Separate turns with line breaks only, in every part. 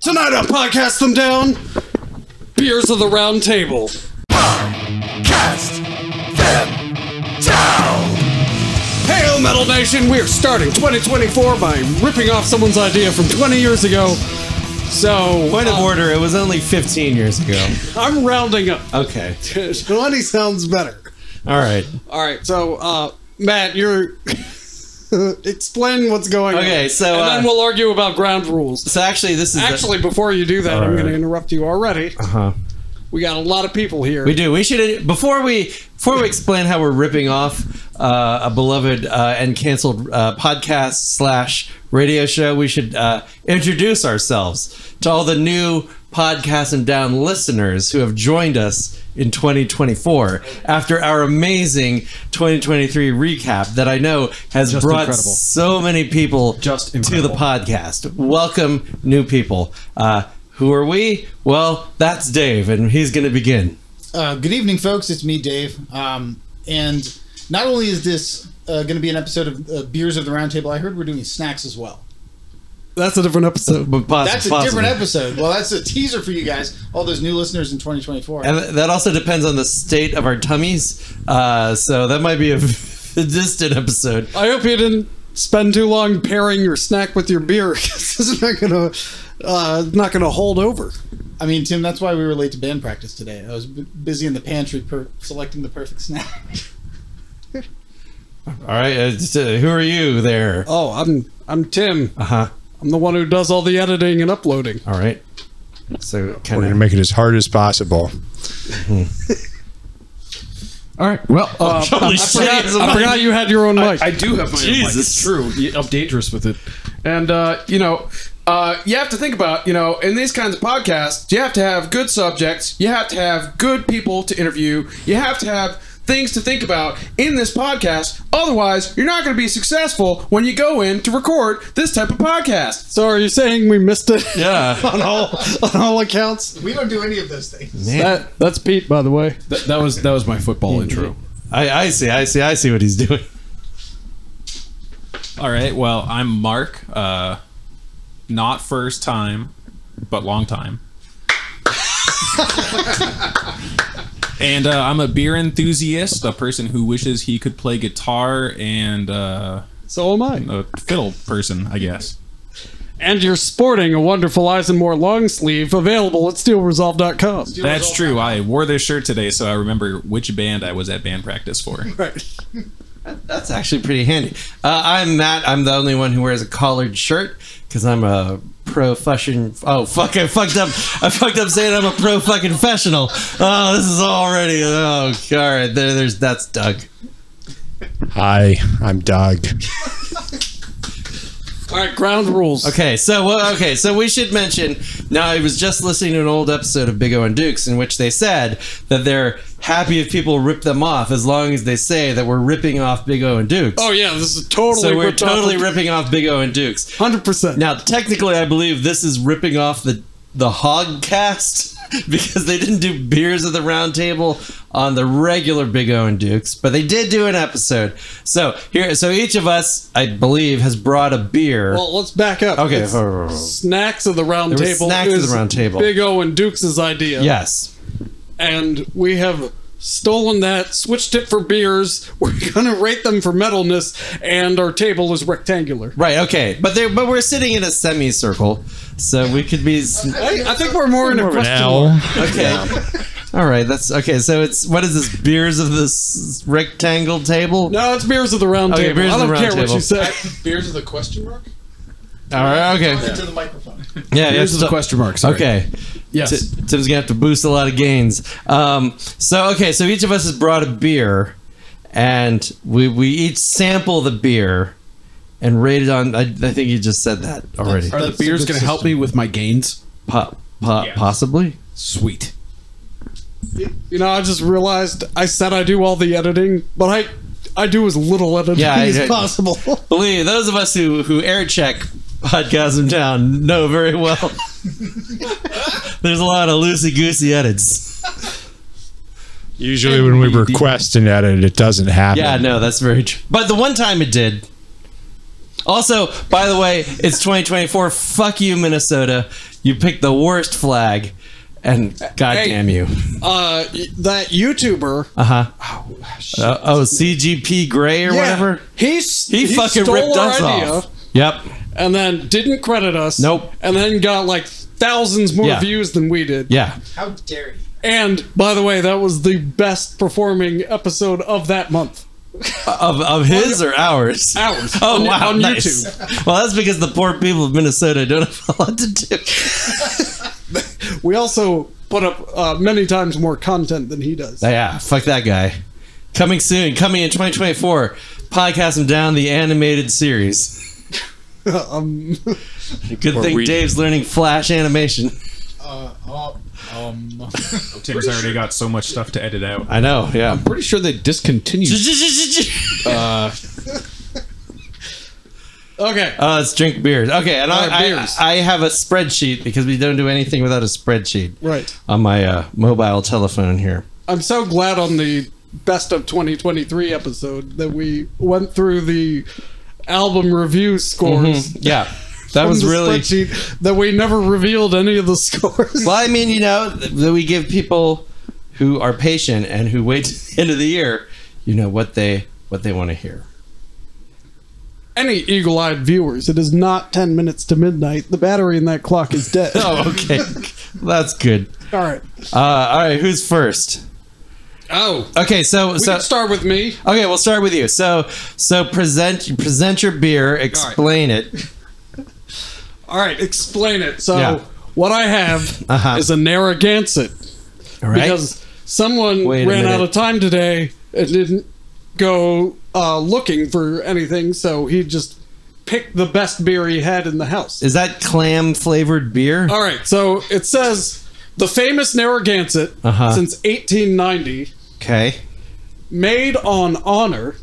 Tonight on Podcast Them Down, Beers of the Round Table.
Cast them down.
Hail Metal Nation! We're starting 2024 by ripping off someone's idea from 20 years ago. So, uh,
Point of order, it was only 15 years ago.
I'm rounding up.
Okay.
20 sounds better.
All right.
All right, so, uh, Matt, you're. explain what's going on.
Okay, so,
And
uh,
then we'll argue about ground rules.
So actually, this is.
Actually, before you do that, I'm going
right.
to interrupt you already.
huh.
We got a lot of people here.
We do. We should. Before we before we explain how we're ripping off uh, a beloved uh, and canceled uh, podcast slash radio show, we should uh, introduce ourselves to all the new podcast and down listeners who have joined us in 2024 after our amazing 2023 recap that I know has brought
incredible.
so many people
Just
to the
incredible.
podcast. Welcome new people. Uh, who are we? Well, that's Dave, and he's going to begin.
Uh, good evening, folks. It's me, Dave. Um, and not only is this uh, going to be an episode of uh, Beers of the Roundtable, I heard we're doing snacks as well.
That's a different episode.
But poss-
That's a
possible.
different episode. Well, that's a teaser for you guys, all those new listeners in 2024.
And that also depends on the state of our tummies. Uh, so that might be a distant episode.
I hope you didn't spend too long pairing your snack with your beer. 'cause this is not gonna, uh, not gonna hold over.
I mean, Tim, that's why we were late to band practice today. I was b- busy in the pantry per- selecting the perfect snack.
All right. Uh, just, uh, who are you there?
Oh, I'm I'm Tim.
Uh huh.
I'm the one who does all the editing and uploading.
All right. So
We're going
kind
to
of.
make it as hard as possible.
All right. Well, uh,
Holy
I forgot, I forgot you had your own mic.
I do have my own mic.
Jesus.
It's true. You- I'm dangerous with it. And, uh, you know, uh, you have to think about, you know, in these kinds of podcasts, you have to have good subjects. You have to have good people to interview. You have to have things to think about in this podcast. Otherwise, you're not going to be successful when you go in to record this type of podcast.
so are you saying we missed it
Yeah.
on all on all accounts?
we don't do any of those things.
That that's Pete, by the way.
That, that was that was my football intro.
I, I see. I see. I see what he's doing.
All right. Well, I'm Mark. Uh, not first time, but long time. and uh, I'm a beer enthusiast, a person who wishes he could play guitar and uh,
So am I.
a fiddle person, I guess.
And you're sporting a wonderful Eisenmore long sleeve available at steelresolve.com.
That's true. I wore this shirt today, so I remember which band I was at band practice for.
That's actually pretty handy. Uh, I'm Matt. I'm the only one who wears a collared shirt because I'm a pro fucking. Oh fuck! I fucked up. I fucked up saying I'm a pro fucking professional. Oh, this is already. Oh, all right. There, there's that's Doug.
Hi, I'm Doug.
All right, ground rules.
Okay, so well, okay, so we should mention. Now, I was just listening to an old episode of Big O and Dukes in which they said that they're happy if people rip them off as long as they say that we're ripping off Big O and Dukes.
Oh yeah, this is totally
so we're
ripped off
totally
of-
ripping off Big O and Dukes.
100%.
Now, technically, I believe this is ripping off the the hog cast because they didn't do beers at the round table on the regular Big O and Dukes, but they did do an episode. So here, so each of us, I believe, has brought a beer.
Well, let's back up.
okay.
It's snacks of the round
There were
table.
Snacks of
is
the Round Table.
Big O and Dukes' idea.
yes.
And we have stolen that, switched it for beers. We're gonna rate them for metalness, and our table is rectangular.
Right. Okay. But they but we're sitting in a semicircle, so we could be. s-
I, I think we're more in a question. mark.
Now,
Okay. All right. That's okay. So it's what is this? Beers of this rectangle table.
No, it's beers of the round
Okay,
table.
beers
I
of the
don't
round
care what
table.
you say.
Beers of the question mark?
All right. Okay.
Into the microphone.
Yeah.
Beers
yeah,
of the
so-
question mark. sorry.
Okay.
Yes.
Ti- Tim's gonna have to boost a lot of gains. Um, so okay, so each of us has brought a beer, and we we each sample the beer and rate it on. I, I think you just said that already.
Are the
That's a
beers
good
going to help me with my gains?
Po- po- Possibly.
Sweet.
You know, I just realized I said I do all the editing, but I I do as little editing
Yeah, I-
as
I-
possible.
Believe those of us who who air check podcasm down know very well. There's a lot of loosey goosey edits.
usually when we request an edit, it doesn't happen.
Yeah, no, that's very true. But the one time it did. Also, by the way, it's 2024. Fuck you, Minnesota. You picked the worst flag, and goddamn you.
Uh, that YouTuber,
Uh-huh. Uh, oh, CGP Gray or
Yeah,
whatever.
he's
He, fucking
stole
ripped
our
us
idea
off. Yep.
and then didn't credit us.
Nope.
And then got like thousands more
Yeah.
views than we did.
Yeah.
How dare you?
And by the way, that was the best performing episode of that month.
Of of his or ours?
Ours.
Oh
On-
wow!
on
nice.
YouTube.
Well, that's because the poor people of Minnesota don't have a lot to do.
We also put up uh, many times more content than he does.
yeah, fuck that guy. Coming soon. Coming in 2024. Podcasting down the animated series.
um,
Good thing
we-
Dave's learning Flash animation.
Uh, oh, um,
Tim's already got so much stuff to edit out.
I know. Yeah.
Pretty sure they discontinued.
okay.
Uh, it's drink beers. Okay, and
Uh,
I,
beers.
I I have a spreadsheet because we don't do anything without a spreadsheet.
Right.
On my uh, mobile telephone here.
I'm so glad on the best of 2023 episode that we went through the album review scores.
Yeah. Mm-hmm. That
from
was
the
really
spreadsheet that we never revealed any of the scores.
Well, I mean, you know, th- that we give people who are patient and who wait to the end of the year, you know what they what they want to hear.
any eagle-eyed viewers, it is not 10 minutes to midnight. The battery in that clock is dead.
Oh, okay, that's good.
All right.
Uh, all right, who's first?
Oh,
Okay, so
we
so
can start with me.
okay, we'll start with you. So so present present your beer, explain it.
All right, explain it. So
Yeah.
what I have
Uh-huh.
is a Narragansett
All right,
because someone
Wait a
ran out
minute.
of time today and didn't go uh, looking for anything, so he just picked the best beer he had in the house.
is that clam flavored beer?
All right, so it says the famous Narragansett
Uh-huh.
since 1890,
Okay,
made on honor.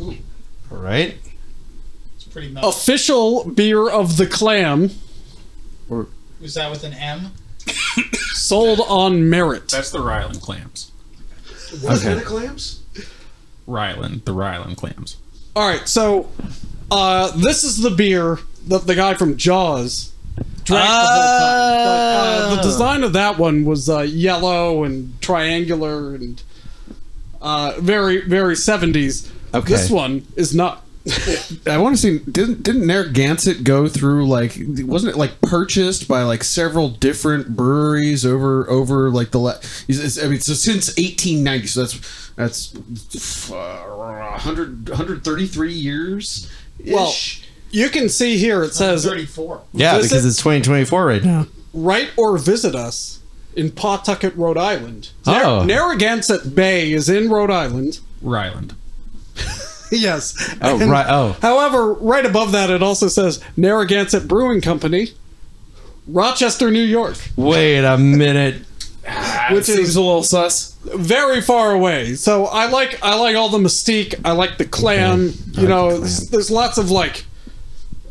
all right.
it's pretty much.
official beer of the clam
Was that with an M?
sold on merit.
That's the Ryland clams.
What
Okay.
kind of clams?
Ryland, the Ryland clams.
All right, so uh, this is the beer that the guy from Jaws drank the
Ah.
whole time. But, uh, the design of that one was uh, yellow and triangular and uh, very very seventies.
Okay.
This one is not.
I want to see. Didn't didn't Narragansett go through like wasn't it like purchased by like several different breweries over over like the la- is- is- I mean so since 1890 so that's that's uh, 100 133 years.
Well, you can see here it says
34.
Yeah,
Visit-
because it's 2024 right now.
write or visit us in Pawtucket, Rhode Island.
Oh.
Narragansett Bay is in Rhode Island.
Ryland.
yes.
Oh,
And-
right. Oh,
However, right above that, it also says Narragansett Brewing Company, Rochester, New York,
wait a minute.
which is
a little sus.
very far away. So I like I like all the mystique. I like the clam. You know, there's, there's lots of like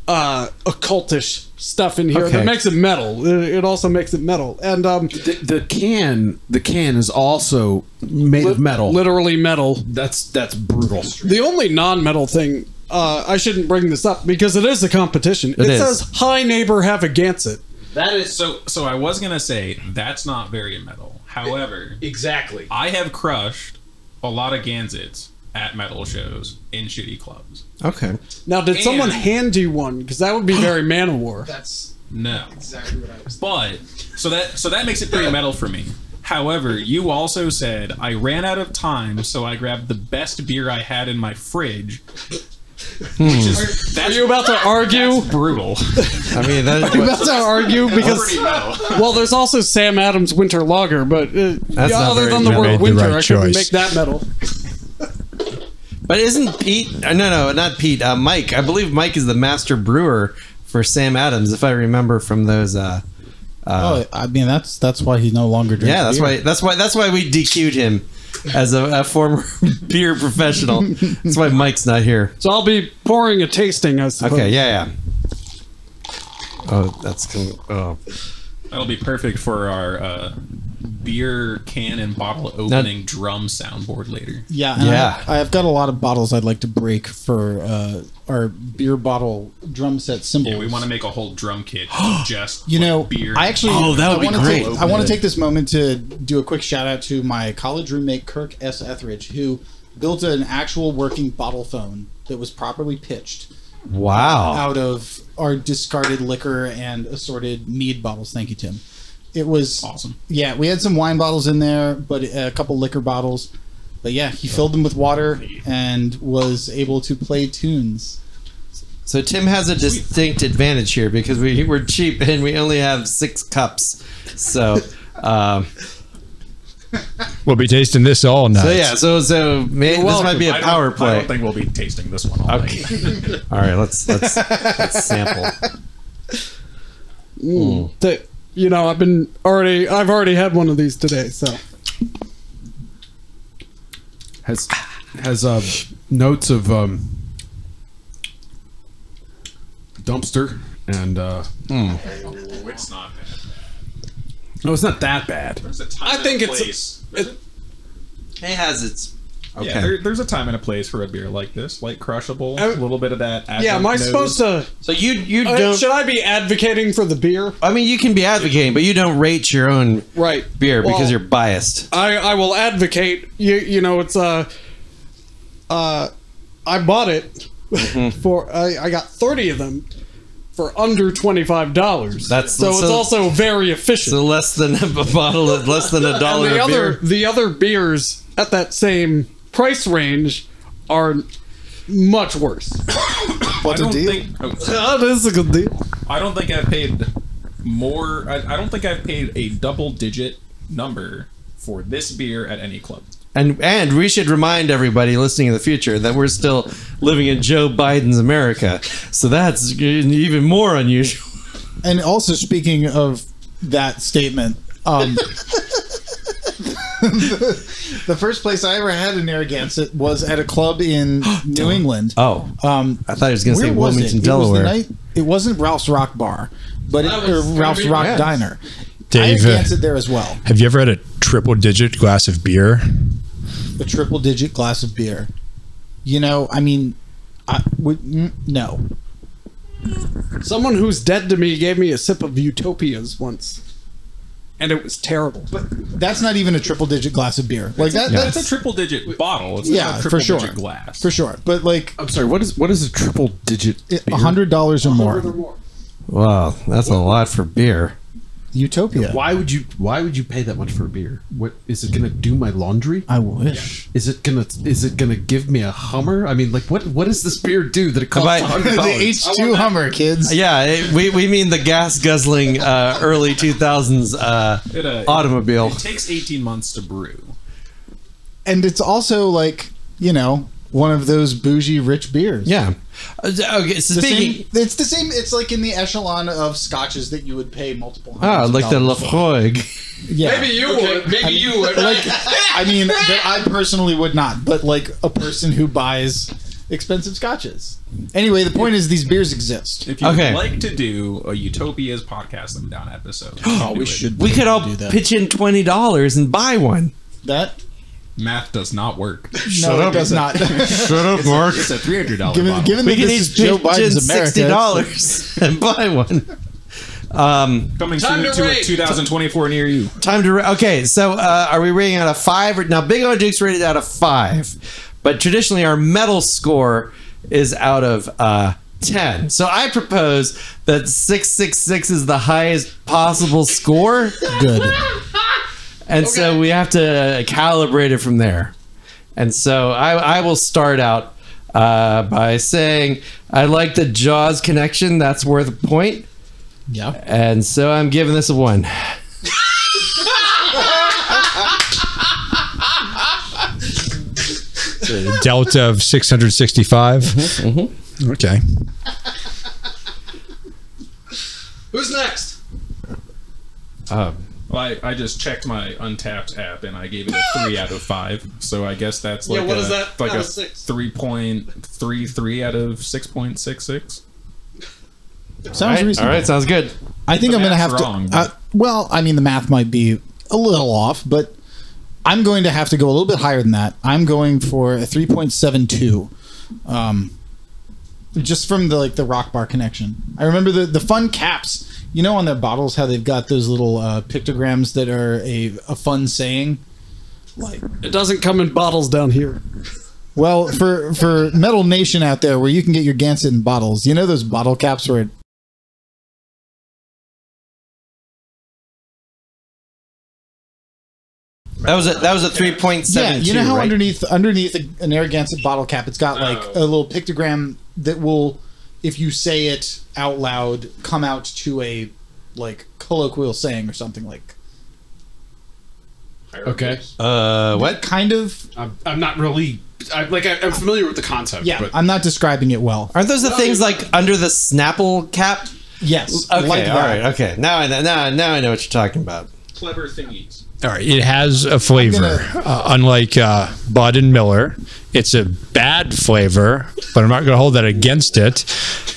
uh occultish stuff in here
Okay.
that makes it metal. It, it also makes it metal, and um,
The, the can the can is also made of metal.
literally metal.
that's that's brutal.
The only non-metal thing. Uh, I shouldn't bring this up because it is a competition. It,
is.
says, "Hi neighbor, have a Gansett."
That is so. So I was gonna say that's not very metal. However,
Exactly.
I have crushed a lot of Gansets at metal shows in shitty clubs.
Okay.
Now, did someone
And-
hand you one? Because that would be very man of war.
That's
No,
exactly what I was
but so that so that makes it pretty metal for me. However, you also said I ran out of time, so I grabbed the best beer I had in my fridge. Which is
Hmm. Are
that's
you about to argue?
brutal.
I mean, that is
You about to argue because
Pretty metal.
well, there's also Sam Adams Winter Lager, but uh, yeah,
not
other
very
than the
metal.
word
Made the
winter,
right
I couldn't
choice.
make that metal.
But isn't Pete? uh, No, no, not Pete. Uh, Mike. I believe Mike is the master brewer for Sam Adams, if I remember from those. Uh,
Oh, I mean that's that's why he no longer drinks.
yeah, that's why. That's why. That's why we DQ'd him as a, a former beer professional. That's why Mike's not here.
So I'll be pouring a tasting, I suppose.
Okay. Yeah. Yeah. Oh, that's gonna. Oh.
That'll be perfect for our uh, beer can and bottle opening drum soundboard later.
Yeah, and
Yeah.
I, I've got a lot of bottles I'd like to break for uh, our beer bottle drum set symbols.
Yeah, we want to make a whole drum kit just
You
like,
know,
beer.
I actually.
Oh, that would
I
be
wanna
great.
Take, I want to take this moment to do a quick shout out to my college roommate Kirk S. Etheridge, who built an actual working bottle phone that was properly pitched
Wow.
out of our discarded liquor and assorted mead bottles. Thank you, Tim. It was
awesome.
Yeah, we had some wine bottles in there, but a couple liquor bottles. But yeah, he filled them with water and was able to play tunes.
So Tim has a distinct advantage here because we were cheap and we only have six cups. So. Um,
We'll be tasting this all night.
so yeah, so so may, this might be a
I don't-
power
I
play.
don't think we'll be tasting this one all
Okay.
night.
All right, let's let's, let's sample.
Mm.
That- Mm. you know, I've been already. I've already had one of these today. So
has has uh, notes of um, dumpster and uh,
Oh, it's not bad.
no, it's not that bad.
There's a time
I think
and a
it's-
place.
It has its. Okay.
Yeah, there, there's a time and a place for a beer like this, like crushable,
Oh.
a little bit of that.
yeah, am I supposed to?
so you you
uh,
don't.
should I be advocating for the beer?
I mean, you can be advocating, but you don't rate your own
Right.
beer
Well-
because you're biased.
I, I will advocate. You you know it's uh, uh, I bought it
Mm-hmm.
for I, I got thirty of them for under twenty five dollars.
That's-
so, it's
so-
also very efficient.
So less than a bottle, of, less than a dollar
and the
a
other
beer.
the other beers at that same price range are much worse.
What I don't think. oh, sorry.
oh, this is a good deal.
I don't think I've paid more. I, I don't think I've paid a double digit number for this beer at any club.
And and we should remind everybody listening in the future that we're still living in Joe Biden's America. So that's even more unusual.
And also, speaking of that statement, um, the first place I ever had in Narragansett was at a club in New England.
Oh,
Um,
I thought he was going to say
where was
Wilmington,
it?
Delaware.
It, was the night, it wasn't Ralph's Rock Bar, but it, or Ralph's Rock Diner.
Dave,
I
uh,
had danced it there as well.
Have you ever had a triple digit glass of beer?
a triple digit glass of beer. You know, I mean, I would mm, no.
Someone who's dead to me gave me a sip of Utopias once, and it was terrible.
That's not even a triple digit glass of beer. Like that,
It's
that's
a triple digit bottle. It's
Yeah,
not a
for
triple
sure.
digit glass.
for sure. But like
I'm sorry. What is what is a triple digit?
a hundred dollars or more,
Furthermore,
wow, that's a lot for beer.
Utopia.
Why would you Why would you pay that much for a beer? What is it going to do? My laundry?
I wish.
Is it gonna Is it gonna give me a Hummer? I mean, like what What does this beer do that it
Oh,
I-
costs hundred
Oh,
the
dollars?
H two Hummer kids.
Yeah, it, we, we mean the gas guzzling uh, early 2000s uh,
It, uh,
automobile.
It takes 18 months to brew.
And it's also like you know one of those bougie rich beers.
Yeah. Uh, Okay, so
The
speaking.
same, it's the same. It's like in the echelon of scotches that you would pay multiple.
Ah,
hundreds of
like the
dollars for.
Lafroig.
Yeah.
you would. Maybe you would.
like I mean, that I personally would not, but like a person who buys expensive scotches. Anyway, the point is these beers exist.
If you
Okay.
would like to do a Utopias podcast them down episode, oh, we should.
We could all
that.
pitch in twenty dollars and buy one.
That
Math does not work.
no, it does not. given
Shut up, Mark.
It's a three hundred dollar
given
bottle.
We
that
can
this
each
is Joe
pitch in
Biden's America,
sixty
it's-
dollars and buy one. Um,
Coming
Time
soon
to
to, a
rate.
2024 near you.
time to ra- okay. So, uh, are we rating out of five? Or, now, Big O Duke's rated out of five, but traditionally our metal score is out of uh, ten. So, I propose that six six six is the highest possible score.
good.
And so we have to calibrate it from there. And so I, I will start out uh, by saying I like the Jaws connection. That's worth a point.
Yeah.
And so I'm giving this a one.
Delta of 665.
Mm-hmm,
Okay.
Who's next?
Well, I, I just checked my Untapped app and I gave it a three out of five. So I guess that's
Yeah,
like
what
a,
is that?
like
Out
a
of six.
three point three three out of six point six six.
Sounds
All
reasonable.
right, sounds good.
I think
The
I'm going to have
math's wrong,
to. Uh,
but-
well, I mean, the math might be a little off, but I'm going to have to go a little bit higher than that. I'm going for a 3.72. Um, just from the like the rock bar connection. I remember the the fun caps. You know on their bottles how they've got those little uh, pictograms that are a, a fun saying. Like
It doesn't come in bottles down here.
well, for for Metal Nation out there, where you can get your Gansett in bottles, you know those bottle caps where it
That was a that was a three point
yeah,
seven.
you know how
right?
underneath underneath a, an Narragansett bottle cap, it's got like
Oh.
a little pictogram that will, if you say it out loud, come out to a like colloquial saying or something like
Okay.
uh what?
kind of.
I'm, I'm not really. I, like I, I'm familiar with the concept.
Yeah,
But
I'm not describing it well.
Aren't those the things like under the Snapple cap?
Yes,
Okay,
like
all
that.
right, okay. Now I know, now now I know what you're talking about.
Clever thingies.
All right, it has a flavor, uh, unlike uh, Bud and Miller. It's a bad flavor, but I'm not going to hold that against it.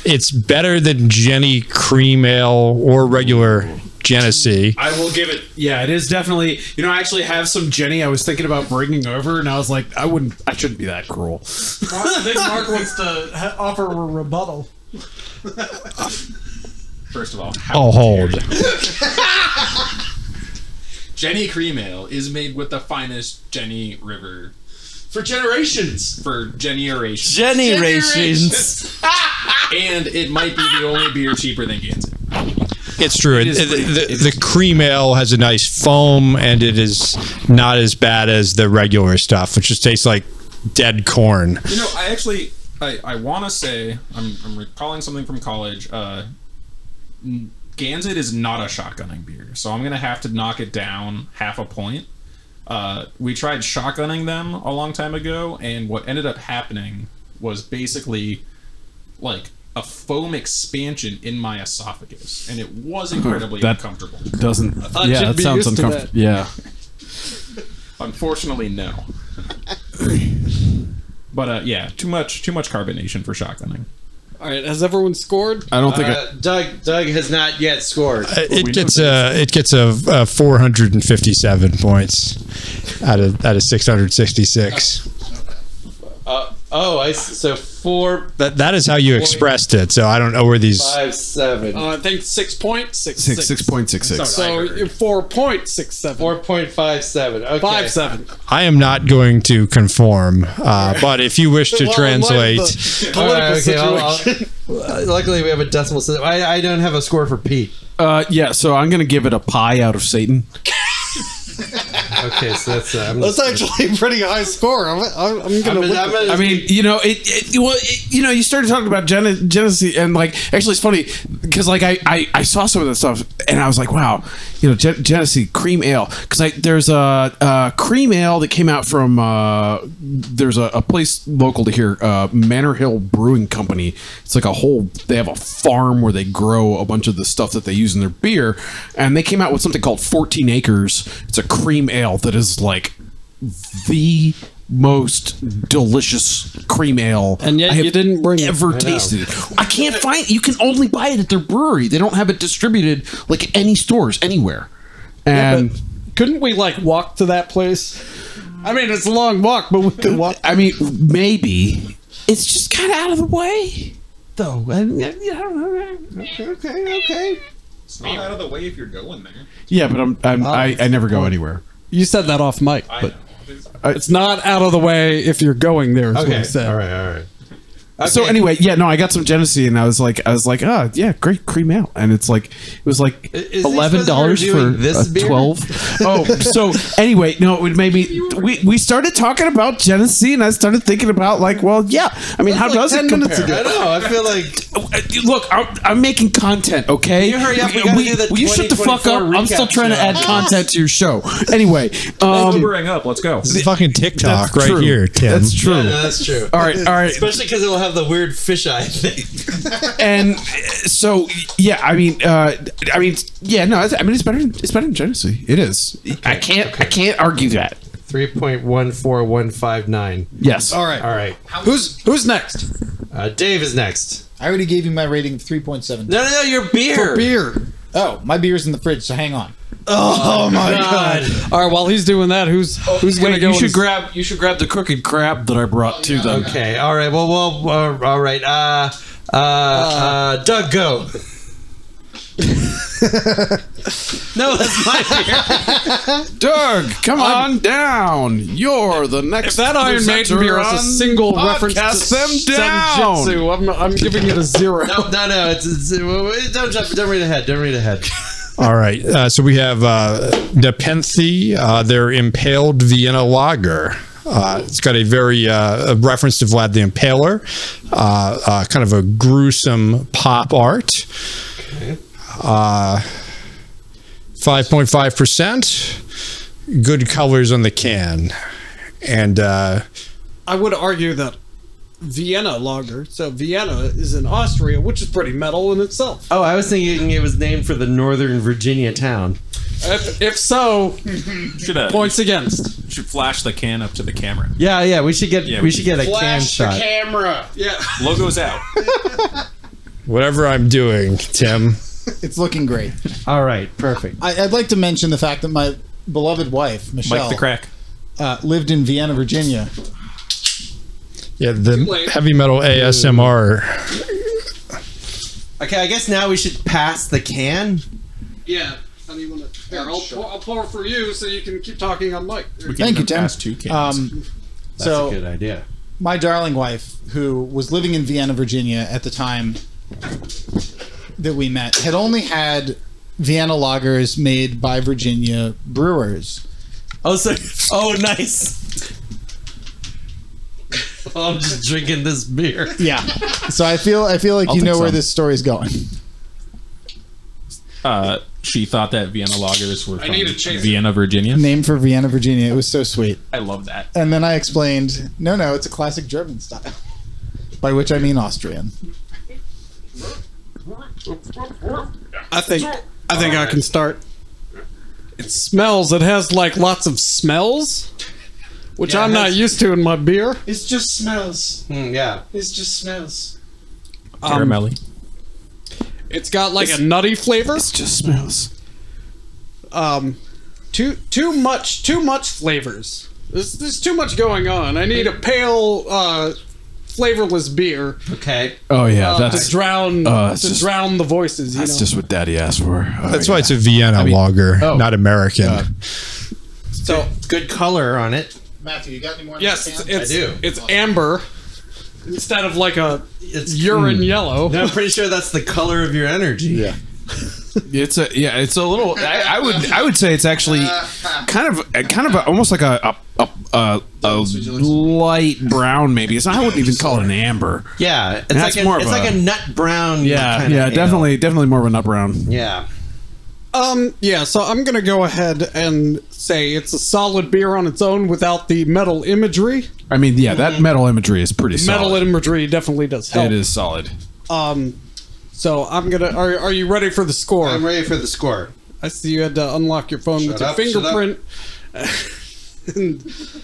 It's better than Jenny Cream Ale or regular Genesee.
I will give it. Yeah, it is definitely. You know, I actually have some Jenny. I was thinking about bringing over, and I was like, I wouldn't. I shouldn't be that cruel.
I think Mark wants to ha- offer a rebuttal.
First of all,
I'll hold.
Jenny Cream Ale is made with the finest Jenny River
For generations.
for generations,
Generations.
and it might be the only beer cheaper than Gansett.
It's true. It- the, the, the cream ale has a nice foam, and it is not as bad as the regular stuff, which just tastes like dead corn.
You know, I actually, I, I want to say, I'm, I'm recalling something from college. Uh, n- Gansett is not a shotgunning beer, so I'm gonna have to knock it down half a point. Uh, we tried shotgunning them a long time ago, and what ended up happening was basically like a foam expansion in my esophagus, and it was incredibly
That-
uncomfortable.
Doesn't.
I should
yeah, that
Uh, be
sounds
used to
uncomfortable. Yeah.
Unfortunately, no. but uh, yeah, too much too much carbonation for shotgunning.
All right, has everyone scored?
I don't think.
Uh, Doug Doug has not yet scored.
Uh, It gets a it gets a, a 457 points out of out of 666.
Uh, oh, I s- so four
That that is how you expressed it. So I don't know where these.
five seven.
Uh, I think six point six
Six six point six six.
So you're four point six seven.
Four point five seven. Okay.
Five seven.
I am not going to conform. Uh, but if you wish to
Well, in light
translate,
of the political situation.
luckily, we have a decimal system. I, I don't have a score for Pete.
Uh, yeah. So I'm gonna give it a pie out of Satan.
Okay, so that's. Uh, I'm
That's actually a pretty high score. I'm, I'm, I'm gonna. look at-
I mean, you know, it, it well, it, you know, you started talking about Gen- Genesis, and like, actually, it's funny because like I, I I saw some of this stuff, and I was like, wow, you know, Gen- Genesis cream ale, because like there's a, a cream ale that came out from uh, there's a, a place local to here, uh, Manor Hill Brewing Company. It's like a whole they have a farm where they grow a bunch of the stuff that they use in their beer, and they came out with something called 14 Acres. It's a cream ale that is like the most delicious cream ale
And yet
I have
you didn't bring it.
ever tasted. I can't find. You can only buy it at their brewery. They don't have it distributed like at any stores anywhere. And
Couldn't we like walk to that place? I mean, it's a long walk, but we could walk.
I mean, maybe it's just kind of out of the way, though. I, I don't know. Okay, okay, okay.
It's not out of the way if you're going there.
Yeah, but I'm, I'm I, I never go anywhere.
You said that off mic,
I
but
know.
it's not out of the way if you're going there. Is what I
okay.
said.
All right. All right.
So anyway, yeah, no, I got some Genesee, and I was like, I was like, oh yeah, great cream ale, and it's like it was like
I- is he
eleven
supposed
dollars
to be
for
reviewing this
a
beer?
twelve. oh, so anyway, no, it made me. We, we started talking about Genesee, and I started thinking about like, well, yeah, I mean, how
Like
does
10
it compare?
minutes ago. I know. I feel like
Uh, Look, I'm, I'm making content, okay?
Can you hurry up? We gotta do the
will you shut the fuck up.
2024
I'm still
recap
trying to
show.
add content to your show.
Ah,
Anyway, um,
Sobering up. Let's go.
this is fucking TikTok right
true.
here, Tim.
that's true.
Yeah, no, that's true.
All right, all right.
Especially because it'll have the weird fisheye thing.
and uh, so yeah i mean uh i mean yeah no it's, i mean it's better than, it's better than genesee it is i can't i can't argue that
Three point one four one five nine.
yes
All right.
All right.
Who's who's next?
Uh, Dave is next.
I already gave you my rating of 3.7.
No, no, no. Your beer.
Beer.
Oh, my beer's in the fridge, so hang on.
Oh my god.
All right, while he's doing that, who's who's gonna
Wait,
go?
you should
and-
grab. You should grab the crooked crab that I brought too, though.
Okay. All right. Well. Well. Uh, all right. Uh, uh, uh, Doug, go. no, that's my
Doug, come on down. You're the next.
If that Iron Maiden
presenter
beer has a
on
single reference
Podcast
to
them down.
Senjutsu, I'm, I'm giving it a zero.
Oh, no, no, no. It's, it's, it- don't jump. Don't read ahead. Don't read ahead.
All right. Uh, so we have uh, Nepenthe, uh, their impaled Vienna lager. Uh, it's got a very uh, a reference to Vlad the Impaler, uh, uh, kind of a gruesome pop art. Uh, Five point five percent. Good colors on the can, and uh,
I would argue that Vienna lager, so Vienna is in Austria, which is pretty metal in itself.
Oh, I was thinking it was named for the Northern Virginia town.
If, if so,
Should, uh,
points against.
should flash the can up to the camera.
Yeah, yeah. We should get.
Yeah,
we
we
should get a can shot.
camera. Yeah.
Logo's out.
whatever I'm doing, Tim.
It's looking great.
All right. Perfect.
I, I'd like to mention the fact that my beloved wife
Mike
Michelle
the crack.
uh, lived in Vienna, Virginia.
Yeah, the heavy metal ASMR.
Okay. I guess now we should pass the can.
Yeah. How do you want to? Here, I'll, pour, I'll pour for you so you can keep talking on mic. There you go.
Thank you, Tim.
Two cans.
Uh,
Um,
That's
so
a good idea.
my darling wife, who was living in Vienna, Virginia at the time that we met, had only had Vienna lagers made by Virginia brewers.
Oh, so, oh, nice. Oh, I'm just drinking this beer.
Yeah. So I feel I feel like you
take
know where
some.
this story's going.
uh, she thought that Vienna lagers were from
need a chaser.
Vienna, Virginia.
Name for Vienna, Virginia. It was so sweet.
I love that.
And then I explained, no, no, it's a classic German style. By which I mean Austrian.
I think I think I can start. It smells. It has like lots of smells, which
Yeah, it
I'm not
has-
used to in my beer.
It just smells.
Hmm,
Mm, yeah.
It just smells.
Caramelly.
It's got like a nutty flavor.
Just smells.
Um, too too much too much flavors. There's, there's too much going on. I need a pale, uh, flavorless beer
Okay.
Oh yeah,
Um,
uh, to
that's
drown
uh, it's
to
just-
drown the voices. You
that's
know?
just what Daddy asked for. Oh,
That's
yeah.
why it's a Vienna
mean-
lager,
Oh.
not American.
Uh,
So good color on it.
Matthew, you got any more?
yes. It's, it's,
I do.
it's amber instead of like a
It's
urine yellow.
No, I'm pretty sure that's the color of your energy. Yeah.
It's a yeah. It's a little. I, I would I would say it's actually kind of uh, kind of a, almost like a a, a, a, a light brown maybe. It's not, I wouldn't even call it an amber.
Yeah. It's
That's
like a,
more of
it's
a-
like a nut brown. kinda ale.
definitely more of a nut brown.
Yeah.
Um, yeah, so I'm gonna go ahead and say it's a solid beer on its own without the metal imagery.
I mean, yeah, that metal imagery is pretty
Metal
solid.
imagery definitely does help.
it is solid.
Um, so I'm gonna. Are, are you ready for the score?
I'm ready for the score.
I see you had to unlock your phone with
Shut
your
up, shut up.
fingerprint. and,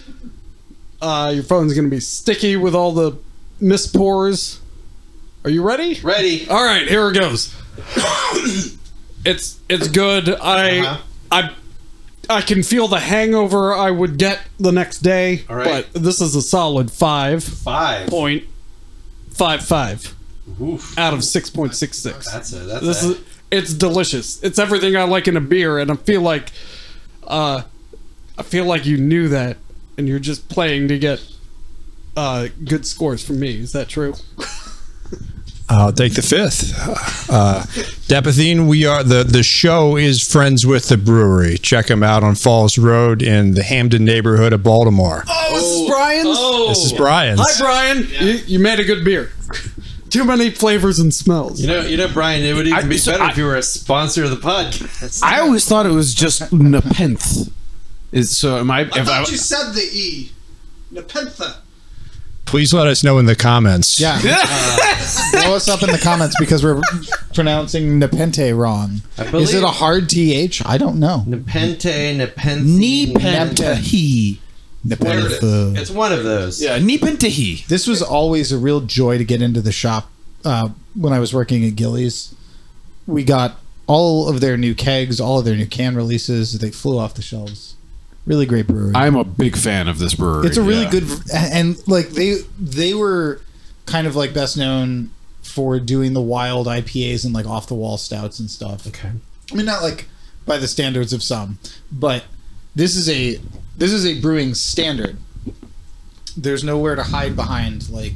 uh, your phone's gonna be sticky with all the mispores. Are you ready?
Ready.
All right, here it goes. it's it's good. I
Uh-huh.
I I can feel the hangover I would get the next day.
All right.
But this is a solid five
Five.
point five five
Oof.
out of six point six six.
That's a that's
This
a,
is it's delicious. It's everything I like in a beer, and I feel like uh I feel like you knew that and you're just playing to get uh good scores from me. Is that true?
I'll take the fifth. Uh, Dapathine, we are the the show is friends with the brewery. Check them out on Falls Road in the Hamden neighborhood of Baltimore.
Oh, this is Brian's.
Oh.
this is Brian's.
Hi, Brian. You, you made a good beer. Too many flavors and smells.
you know, you know, Brian. It would even
I-
be
so
better
I-
if you were a sponsor of the podcast.
I always thought it was just Nepenthe. Is so am I? If I,
you said the E. Nepenthe.
Please let us know in the comments.
Yeah. Blow us up in the comments because we're pronouncing Nepente wrong.
believe-
Is it a hard TH? I don't know.
Nepente, Nepenthe,
Nepentahi.
Whatever it is.
Nepenthe.
It's one of those.
yeah, Nepenthe.
This was always a real joy to get into the shop uh, when I was working at Gillies. We got all of their new kegs, all of their new can releases. They flew off the shelves. Really great brewery.
I'm a big fan of this brewery.
It's a really
yeah.
good v- and and, like they they were kind of like best known for doing the wild IPAs and like off the wall stouts and stuff. Okay. I mean not like by the standards of some, but this is a this is a brewing standard. There's nowhere to hide behind like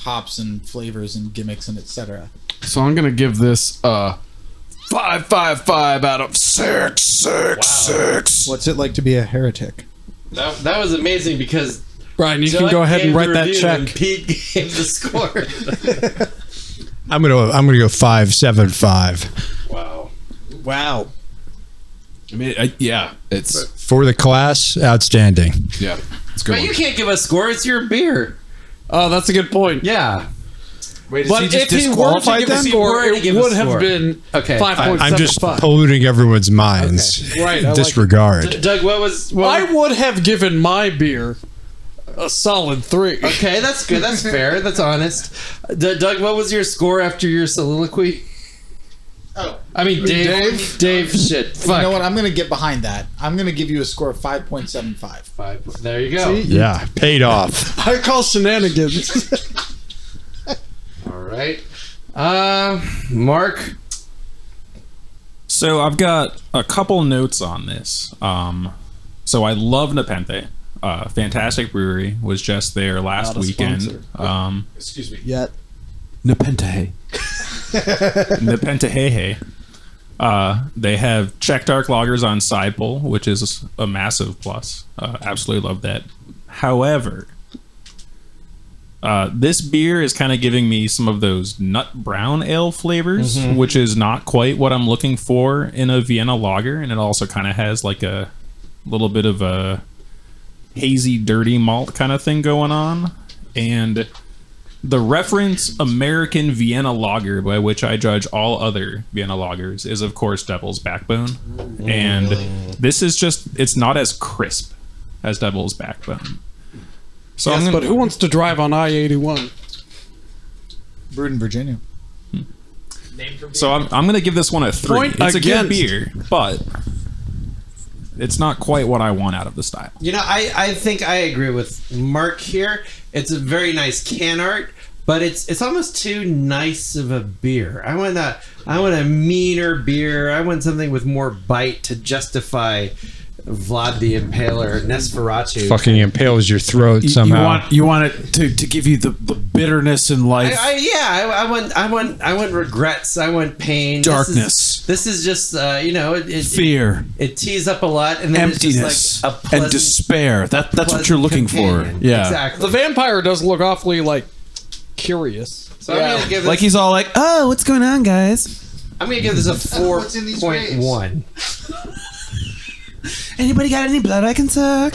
hops and flavors and gimmicks and etc.
So I'm gonna give this uh five five five out of six six six.
What's it like to be a heretic?
That, that was amazing because
Brian, you
Doug
can go ahead
gave
and write
the
that
review
check.
and Pete gave the score.
I'm gonna I'm gonna go five seven five
Wow.
I mean, I, yeah, it's
for the class. Outstanding.
yeah, it's
but
a good.
you
One.
can't give a score. It's your beer.
Oh, that's a good point.
Yeah.
Wait, is
But if he were to give a score,
were to
it
give a
would have
score.
been
Okay.
five point
I'm
seven
just
five.
polluting everyone's minds.
Right, I like it.
Disregard.
D- Doug, what was? What
I would have given my beer a solid three.
okay, that's good. That's fair. That's honest. D- Doug, what was your score after your soliloquy?
Oh.
I mean, Dave. Dave, shit. Fuck.
You know what? I'm gonna get behind that. I'm gonna give you a score of five point seven five.
Five. There you go.
yeah, paid off.
I call shenanigans.
All right. Um, Mark.
So I've got a couple notes on this. Um, so I love Nepenthe. Uh, fantastic brewery was just there
Not
last
a
weekend.
sponsor.
Um,
Excuse me.
Yeah.
Nepenthe.
Nepentehehe. Uh, they have Czech dark lagers on Sidepole, which is a massive plus. Uh, absolutely love that. However, uh, this beer is kind of giving me some of those nut brown ale flavors,
Mm-hmm.
which is not quite what I'm looking for in a Vienna lager, and it also kind of has like a little bit of a hazy, dirty malt kind of thing going on, and the reference American Vienna lager, by which I judge all other Vienna lagers, is of course Devil's Backbone.
Mm.
And this is just, it's not as crisp as Devil's Backbone. So I'm
yes,
gonna,
but who wants to drive on I eighty one?
Brewed in Virginia.
So I'm, I'm going to give this one a three.
Point
it's
against.
a good beer, but it's not quite what I want out of the style.
You know, I, I think I agree with Mark here. It's a very nice can art, but it's it's almost too nice of a beer. I want a I want a meaner beer. I want something with more bite to justify Vlad the Impaler, Nesferatu.
Fucking impales your throat somehow.
You want you want it to, to give you the, the bitterness in life.
I, I, yeah, I, I want I want I want regrets. I want pain. This is-
Darkness.
This is, just uh, you know it, it,
fear,
It, tees up a lot and then
emptiness,
it's just like a pleasant,
and despair. That that's what
pleasant
you're looking for.
companion.
Yeah.
exactly.
The vampire does look awfully like curious.
So I'm gonna give this,
Like he's all like, "Oh, what's going on, guys?
I'm gonna give this a four
What's in these
point one.
Anybody got any blood I can suck?"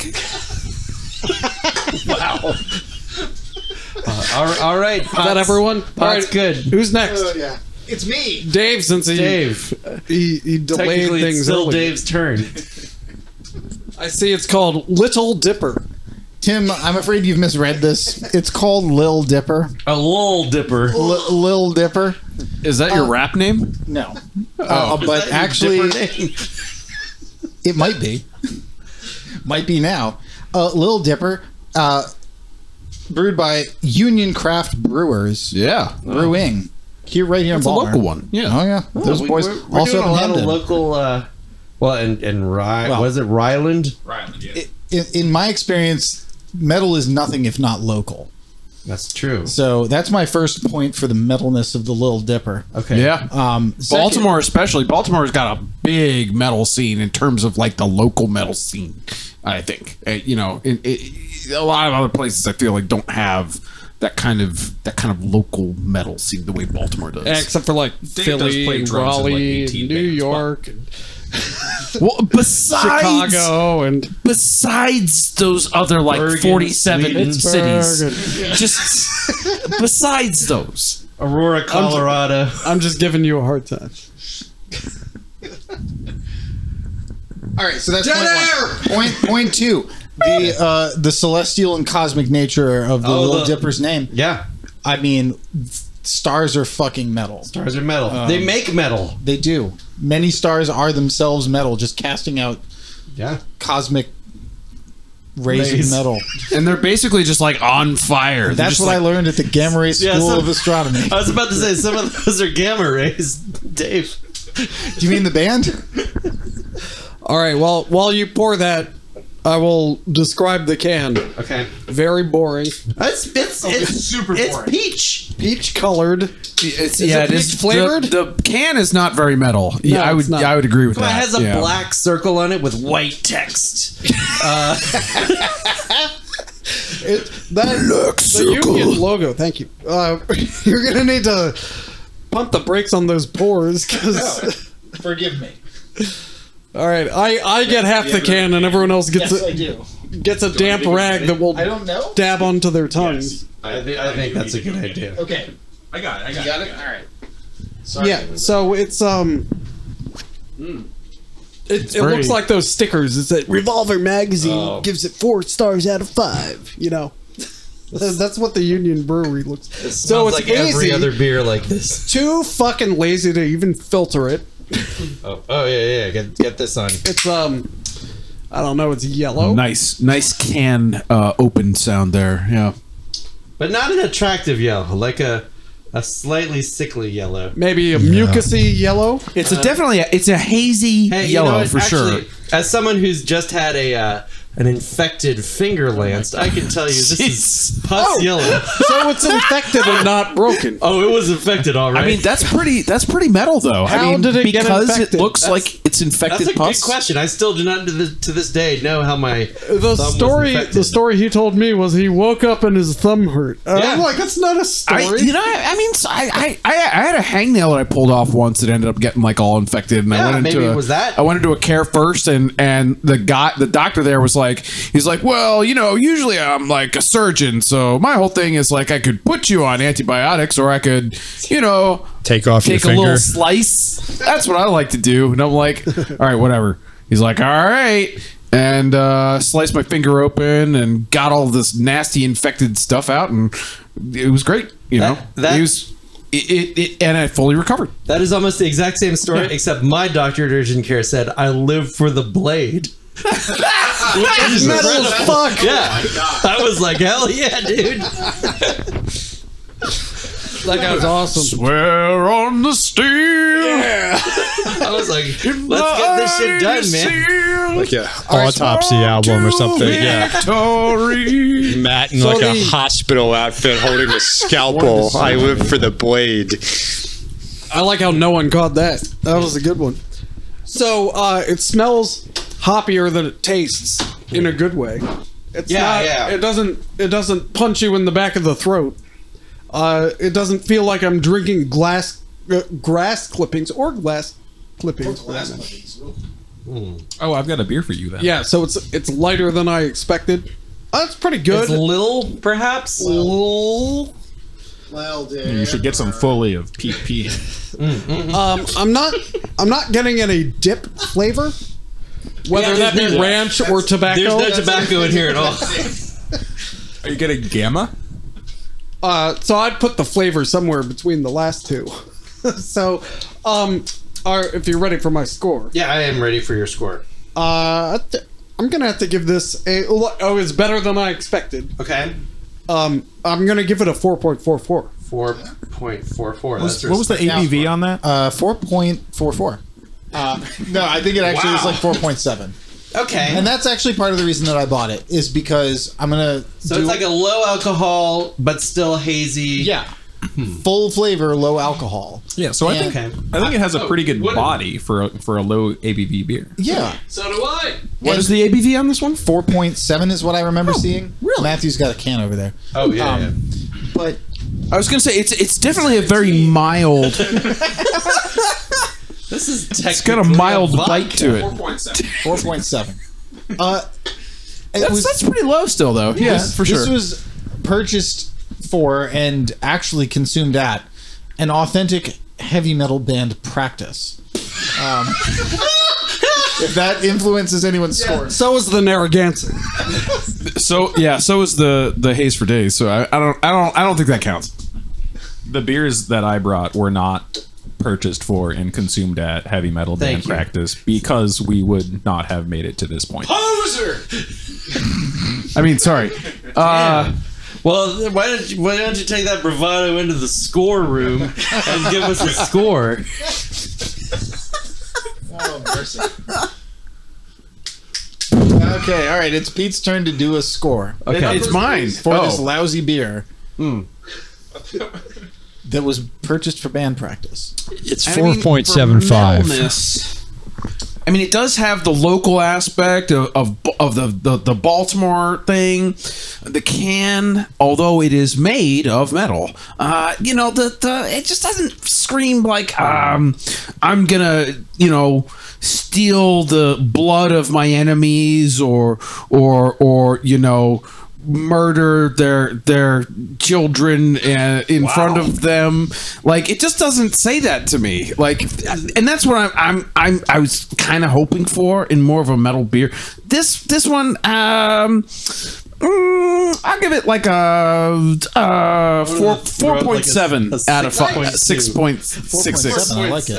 All right, all right. Pops,
Is that everyone? All
That's
right,
good.
Who's next?
yeah. It's me.
Dave, since he
Dave.
he, he delayed
Technically,
things
it's still
earlier.
Dave's turn.
I see it's called Little Dipper.
Tim, I'm afraid you've misread this. It's called Lil Dipper.
A lol dipper.
L- Lil Dipper.
Is that
Uh,
your rap name?
No. Uh, but actually, it might be. might be now. Uh, Lil Dipper, uh, brewed by Union Craft Brewers
Yeah,
Brewing. Here, right here
it's a
in Baltimore.
local one. Yeah,
Oh, yeah. Those
we-
boys.
we're, we're
also
doing a
up in
lot of
Hendon.
local. Uh, well, and and Ry-
Well-
was it Ryland?
Ryland, yeah.
in, in my experience, metal is nothing if not local.
That's true.
So that's my first point for the metalness of the Lil Dipper.
Okay.
yeah.
Um, second-
Baltimore, especially Baltimore's got a big metal scene in terms of like the local metal scene. I think Uh, you know, it, it, a lot of other places I feel like don't have that kind of that kind of local metal scene the way Baltimore does.
Except for like
does
Philly,
play drums in, like,
Raleigh,
18
New
bands, but-
York, and
well, besides
Chicago, and
besides those other like
Bergen,
47 cities,
Pittsburgh. and-
just besides those.
Aurora, Colorado.
I'm just giving you a hard time.
All right, so that's point, one. point point two. The uh, the celestial and cosmic nature of the
Oh,
Little
the-
Dipper's name.
yeah.
I mean, stars are fucking metal.
Stars are metal.
Oh.
they make metal.
They do. Many stars are themselves metal, just casting out
Yeah.
cosmic rays
Rays.
of metal.
and they're basically just like on fire. They're
That's
just
what
like,
I learned at the Gamma Ray School
Yeah, so-
of Astronomy.
I was about to say some of those are gamma rays, Dave.
do you mean the band?
All right. Well, while you pour that, I will describe the can.
Okay.
Very boring.
It's it's, it's super it's peach.
Peach colored.
It's, yeah,
it
it is
peach flavored?
The, the can is not very metal. yeah, I
it's
would
not.
I would agree with
It
that.
has a
yeah.
black circle on it with white text.
It, that the Union logo. Thank you. Uh, you're gonna need to pump the brakes on those pours because.
Forgive me.
All right, I, I get half the can and everyone else gets
Yes, I
a,
do.
gets a damp rag that will
I don't know.
dab onto their tongues.
I, thi- I think that's a good idea.
Okay.
I got it. I got, it. I got it.
right.
Yeah, so it's um,
Hmm.
it, it
very-
looks like those stickers. It's that Revolver magazine
Oh.
gives it four stars out of five. You know, That- that's what the Union Brewery looks. So it's
like
lazy,
every other beer like this.
too fucking lazy to even filter it.
Oh, oh yeah, yeah. Get, get this on.
It's um, I don't know. It's yellow.
Nice, nice can uh, open sound there. Yeah,
But not an attractive yellow, like a a slightly sickly yellow.
Maybe a mucusy yellow.
it's a definitely a, it's a hazy
Hey, you know
yellow
what?
for
Actually,
sure.
As someone who's just had a uh, an infected finger lanced, I can tell you this is pus
Oh.
yellow.
So it's infected and not broken.
Oh, it was infected already.
I mean, that's pretty that's pretty metal though.
How
I mean,
did it get
because
infected?
it looks like it's
that's
infected
a
pus.
good question. I still do not to this, to this day know how my
The
thumb was
story,
infected.
the story he told me was he woke up and his thumb hurt. And I'm
Yeah.
like, that's not a
I,
story.
you know, I, I mean, so I, I, I, I had a hangnail that I pulled off once that ended up getting like all infected, and
Yeah,
I went into
maybe
a,
it was that.
I went into a care first, and and the guy, the doctor there was like, he's like, well, you know, usually I'm like a surgeon, so my whole thing is like I could put you on antibiotics, or I could, you know,
Take off your
take a
finger.
little slice. That's what I like to do, and I'm like, all right, whatever. He's like, all right. And uh, sliced my finger open and got all this nasty infected stuff out, and it was great. You
That-
know,
that-
it was it, it, it and I fully recovered.
That is almost the exact same story, except my doctor at urgent care said, I live for the blade. That's metal as fuck. Yeah. I was like, hell yeah, dude. like, I was awesome.
Swear on the steel.
I was like, let's get this shit done, man.
like a autopsy album or something. Yeah.
Victory.
Matt in like a hospital outfit holding a scalpel. I live for the blade.
I like how no one caught that. That was a good one. So uh, it smells hoppier than it tastes in a good way. It's
Yeah,
not,
yeah.
It doesn't. It doesn't punch you in the back of the throat. Uh, it doesn't feel like I'm drinking glass, uh, grass clippings or glass clippings. Mm.
Oh, I've got a beer for you then.
Yeah, so it's it's lighter than I expected. Uh, That's pretty good.
It's Lil, perhaps? Lil.
Well, dude.
You should get some foley of PP.
Um, I'm not I'm not getting any dip flavor, whether
Yeah,
that
there's
be
no-
ranch or
There's
tobacco.
no tobacco in here at all.
Are you getting gamma?
uh, so I'd put the flavor somewhere between the last two. so, um, are, if you're ready for my score,
yeah, I am ready for your score.
uh, I th- I'm gonna have to give this a oh, it's better than I expected.
Okay.
Um, I'm gonna give it a four point four four.
4.44. That's
What was the ABV on that?
Uh, four point four four. Um, no, I think it actually was
Wow.
like four point seven,
Okay.
and that's actually part of the reason that I bought it is because I'm gonna
so it's like a low alcohol, but still hazy.
yeah full flavor, low alcohol.
Yeah, so I
Yeah.
think
Okay.
I think it has a pretty good
what-
body for a, for a low ABV beer.
Yeah,
So do I.
What is the ABV on this one?
four point seven is what I remember seeing. Oh, Really, Matthew's got a can over there, Um,
Oh, yeah. yeah.
but
I was gonna say it's it's definitely a very mild.
This is
It's got a mild bite to it.
Point seven.
four point seven. Uh, it
That's,
was-
that's pretty low still though. Yeah,
this,
for sure.
This was purchased for and actually consumed at an authentic heavy metal band practice. Um, if that influences anyone's score,
So is the Narragansett.
so yeah, so is the the haze for days. So I, I don't I don't I don't think that counts.
the beers that I brought were not purchased for and consumed at heavy metal band
Thank you.
practice because we would not have made it to this point.
I mean, sorry.
Well, th- why don't you, why don't you take that bravado into the score room and give us a score?
Okay, all right. It's Pete's turn to do a score
Okay,
It's mine.
for
Oh.
this lousy beer that was purchased for band practice.
It's
I mean,
four
for
point seven five.
metalness, I mean, it does have the local aspect of of, of the, the the Baltimore thing, the can. Although it is made of metal, uh, you know, the, the it just doesn't scream like um, I'm gonna, you know, steal the blood of my enemies or or or you know murder their their children uh, in front of them like it just doesn't say that to me like and that's what i'm i'm, I'm i was kind of hoping for in more of a metal beer this this one um mm, I'll give it like a uh, four four point seven
a
out of five, six point six six.
I like it.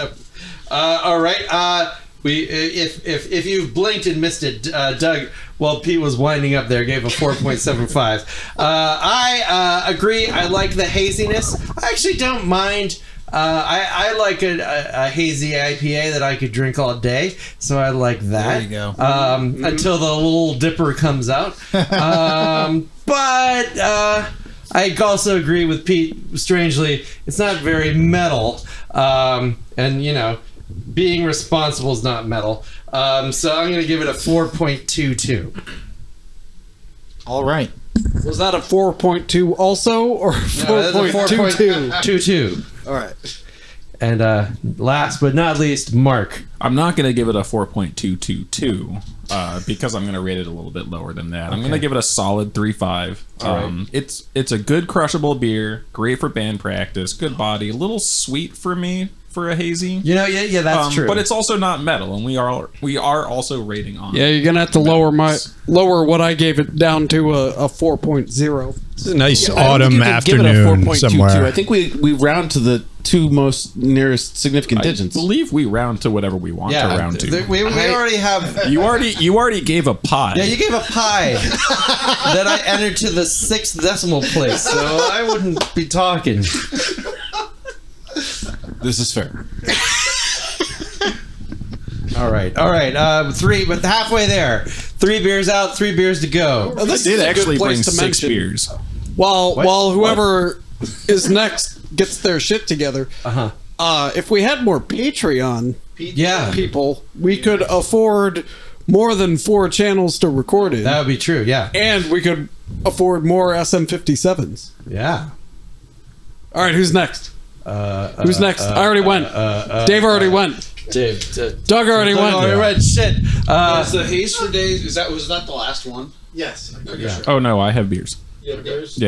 Uh, all right. Uh, we if if if you've blinked and missed it, uh, Doug. While Pete was winding up, there gave a four point seven five. Uh, I uh, agree. I like the haziness. I actually don't mind. Uh, I, I like a, a, a hazy IPA that I could drink all day, so I like that.
There you go.
Um, Until the little dipper comes out. um, but uh, I also agree with Pete. Strangely, it's not very metal, um, and you know, being responsible is not metal. Um, so I'm going to give it a 4.22.
All right.
Was that a 4.2 also, or
No, that's a
4.22?
4.22.
All right.
And uh, last but not least, Mark.
I'm not going to give it a 4.222 uh, because I'm going to rate it a little bit lower than that. I'm going to give it a solid 3.5. Um, It's it's a good crushable beer, great for band practice, good body, a little sweet for me for a hazy.
You know, yeah, yeah, that's
Um,
true.
But it's also not metal, and we are we are also rating on.
Yeah, you're gonna have to lower my lower what I gave it down to a, a 4.0.
It's a nice
I don't
autumn
think you could give it a
afternoon
4.22.
somewhere.
I think we we round to the two most nearest significant
I
digits.
believe we round to whatever we want
yeah,
to round to.
th- we, we already have.
you already you already gave a pie.
Yeah, you gave a pie that I entered to the sixth decimal place, so I wouldn't be talking.
This is fair.
All right, all right. Um, three, but halfway there. Three beers out, three beers to go.
I did actually
place
bring
to
six
mention-
beers.
While while whoever is next gets their shit together.
Uh-huh.
Uh, if we had more Patreon
Yeah,
people, we could afford more than four channels to record in,
that would be true. Yeah,
and we could afford more SM57s.
yeah.
All right, who's next?
Uh,
Who's
uh,
next?
uh,
I already went. Dave already went.
Dave, uh,
Doug already
Doug
went.
already went. Shit. Uh,
the haze for days is that was that the last one?
Yes.
Oh no, I have beers. Yeah.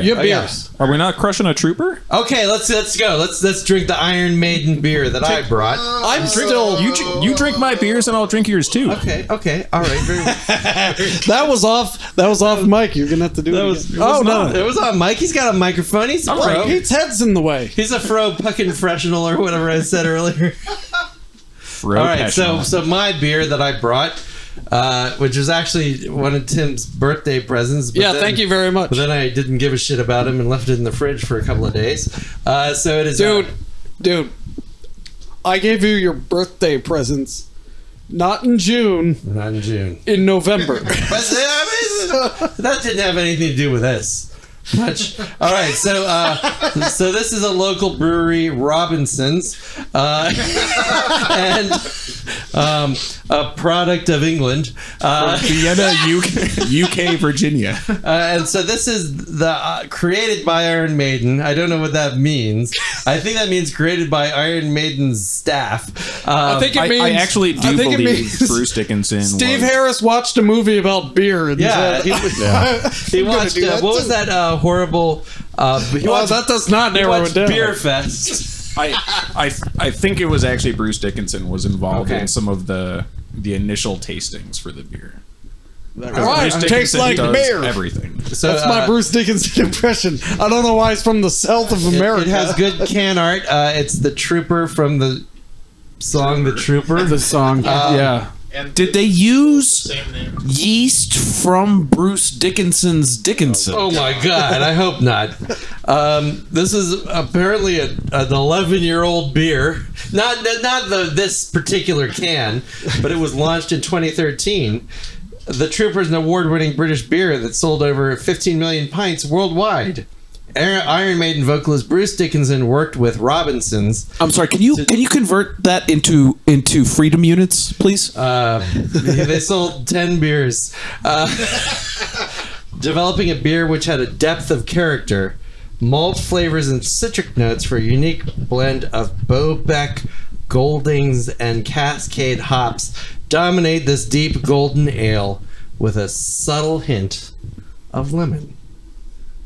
You have
yeah.
beers.
Are we not crushing a trooper?
okay, let's let's go. Let's let's drink the Iron Maiden beer that I brought.
I'm still.
You dr- you drink my beers and I'll drink yours too.
Okay, okay, all right. Very well.
That was off. That was off mic. You're gonna have to do that it.
was-
again. oh no.
it was on Mike. He's got a microphone. He's a
All right.
pro.
Pete's head's in the way.
He's a fro fucking professional or whatever I said earlier.
Bro
All right, so
passion.
so my beer that I brought, uh, which was actually one of Tim's birthday presents. but
Yeah,
then-
thank you very much,
But then I didn't give a shit about him and left it in the fridge for a couple of days. Uh, so it is, uh,
dude. Dude, I gave you your birthday presents, not in June,
not in June.
in November.
But, uh, I mean, that didn't have anything to do with this much. All right, so uh, so this is a local brewery, Robinson's, uh, and um, a product of England. Uh,
Vienna, UK, UK, Virginia.
Uh, and so this is the uh, created by Iron Maiden. I don't know what that means. I think that means created by Iron Maiden's staff. Um,
I think
I,
it means.
I actually do
I think it
believe
means-
Bruce Dickinson.
Steve
was,
Harris watched a movie about beer and said,
yeah, he, he watched. Uh, what was that uh, horrible? Uh, he
"Well,
watched,
that does not
he
narrow
watched
it down."
Beer Fest.
I, I I think it was actually Bruce Dickinson was involved
Okay.
in some of the the initial tastings for the beer.
Right,
Bruce
tastes
Dickinson
like
does
beer.
Everything.
So,
That's my
uh,
Bruce Dickinson impression. I don't know why it's from the south of
it-
America.
It has good can art. Uh, it's the Trooper from the song "The Trooper."
the song. yeah.
Did they use yeast from Bruce Dickinson's Dickinson?
Oh my god! I hope not. Um, this is apparently a, an 11 year old beer. Not not the this particular can, but it was launched in 2013. The Trooper is an award winning British beer that sold over 15 million pints worldwide. Iron Iron Maiden vocalist Bruce Dickinson worked with Robinsons.
I'm sorry. Can you can you convert that into into freedom units, please?
Uh, they sold 10 beers. Uh, developing a beer which had a depth of character, malt flavors, and citric notes for a unique blend of Bobeck, Goldings, and Cascade hops dominate this deep golden ale with a subtle hint of lemon.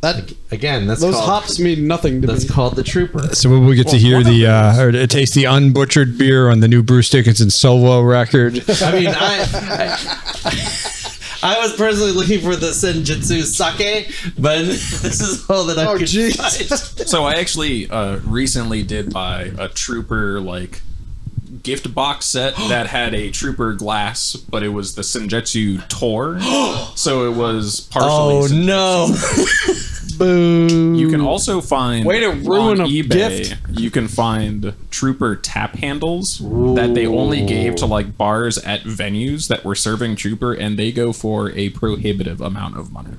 That again, that's
Those
called,
hops mean nothing to
That's
me.
called the Trooper.
So will we get to hear the uh, or to taste the unbutchered beer on the new Bruce Dickinson solo record?
I mean, I, I, I was personally looking for the Senjutsu sake, but this is all that I
Oh,
could
jeez.
find.
So I actually uh, recently did buy a trooper like gift box set that had a trooper glass, but it was the Senjutsu Tour. so it was partially.
Oh
Senjutsu.
no!
You can also find
Way to ruin
on
a
eBay.
gift.
You can find trooper tap handles that they only gave to like bars at venues that were serving trooper, and they go for a prohibitive amount of money.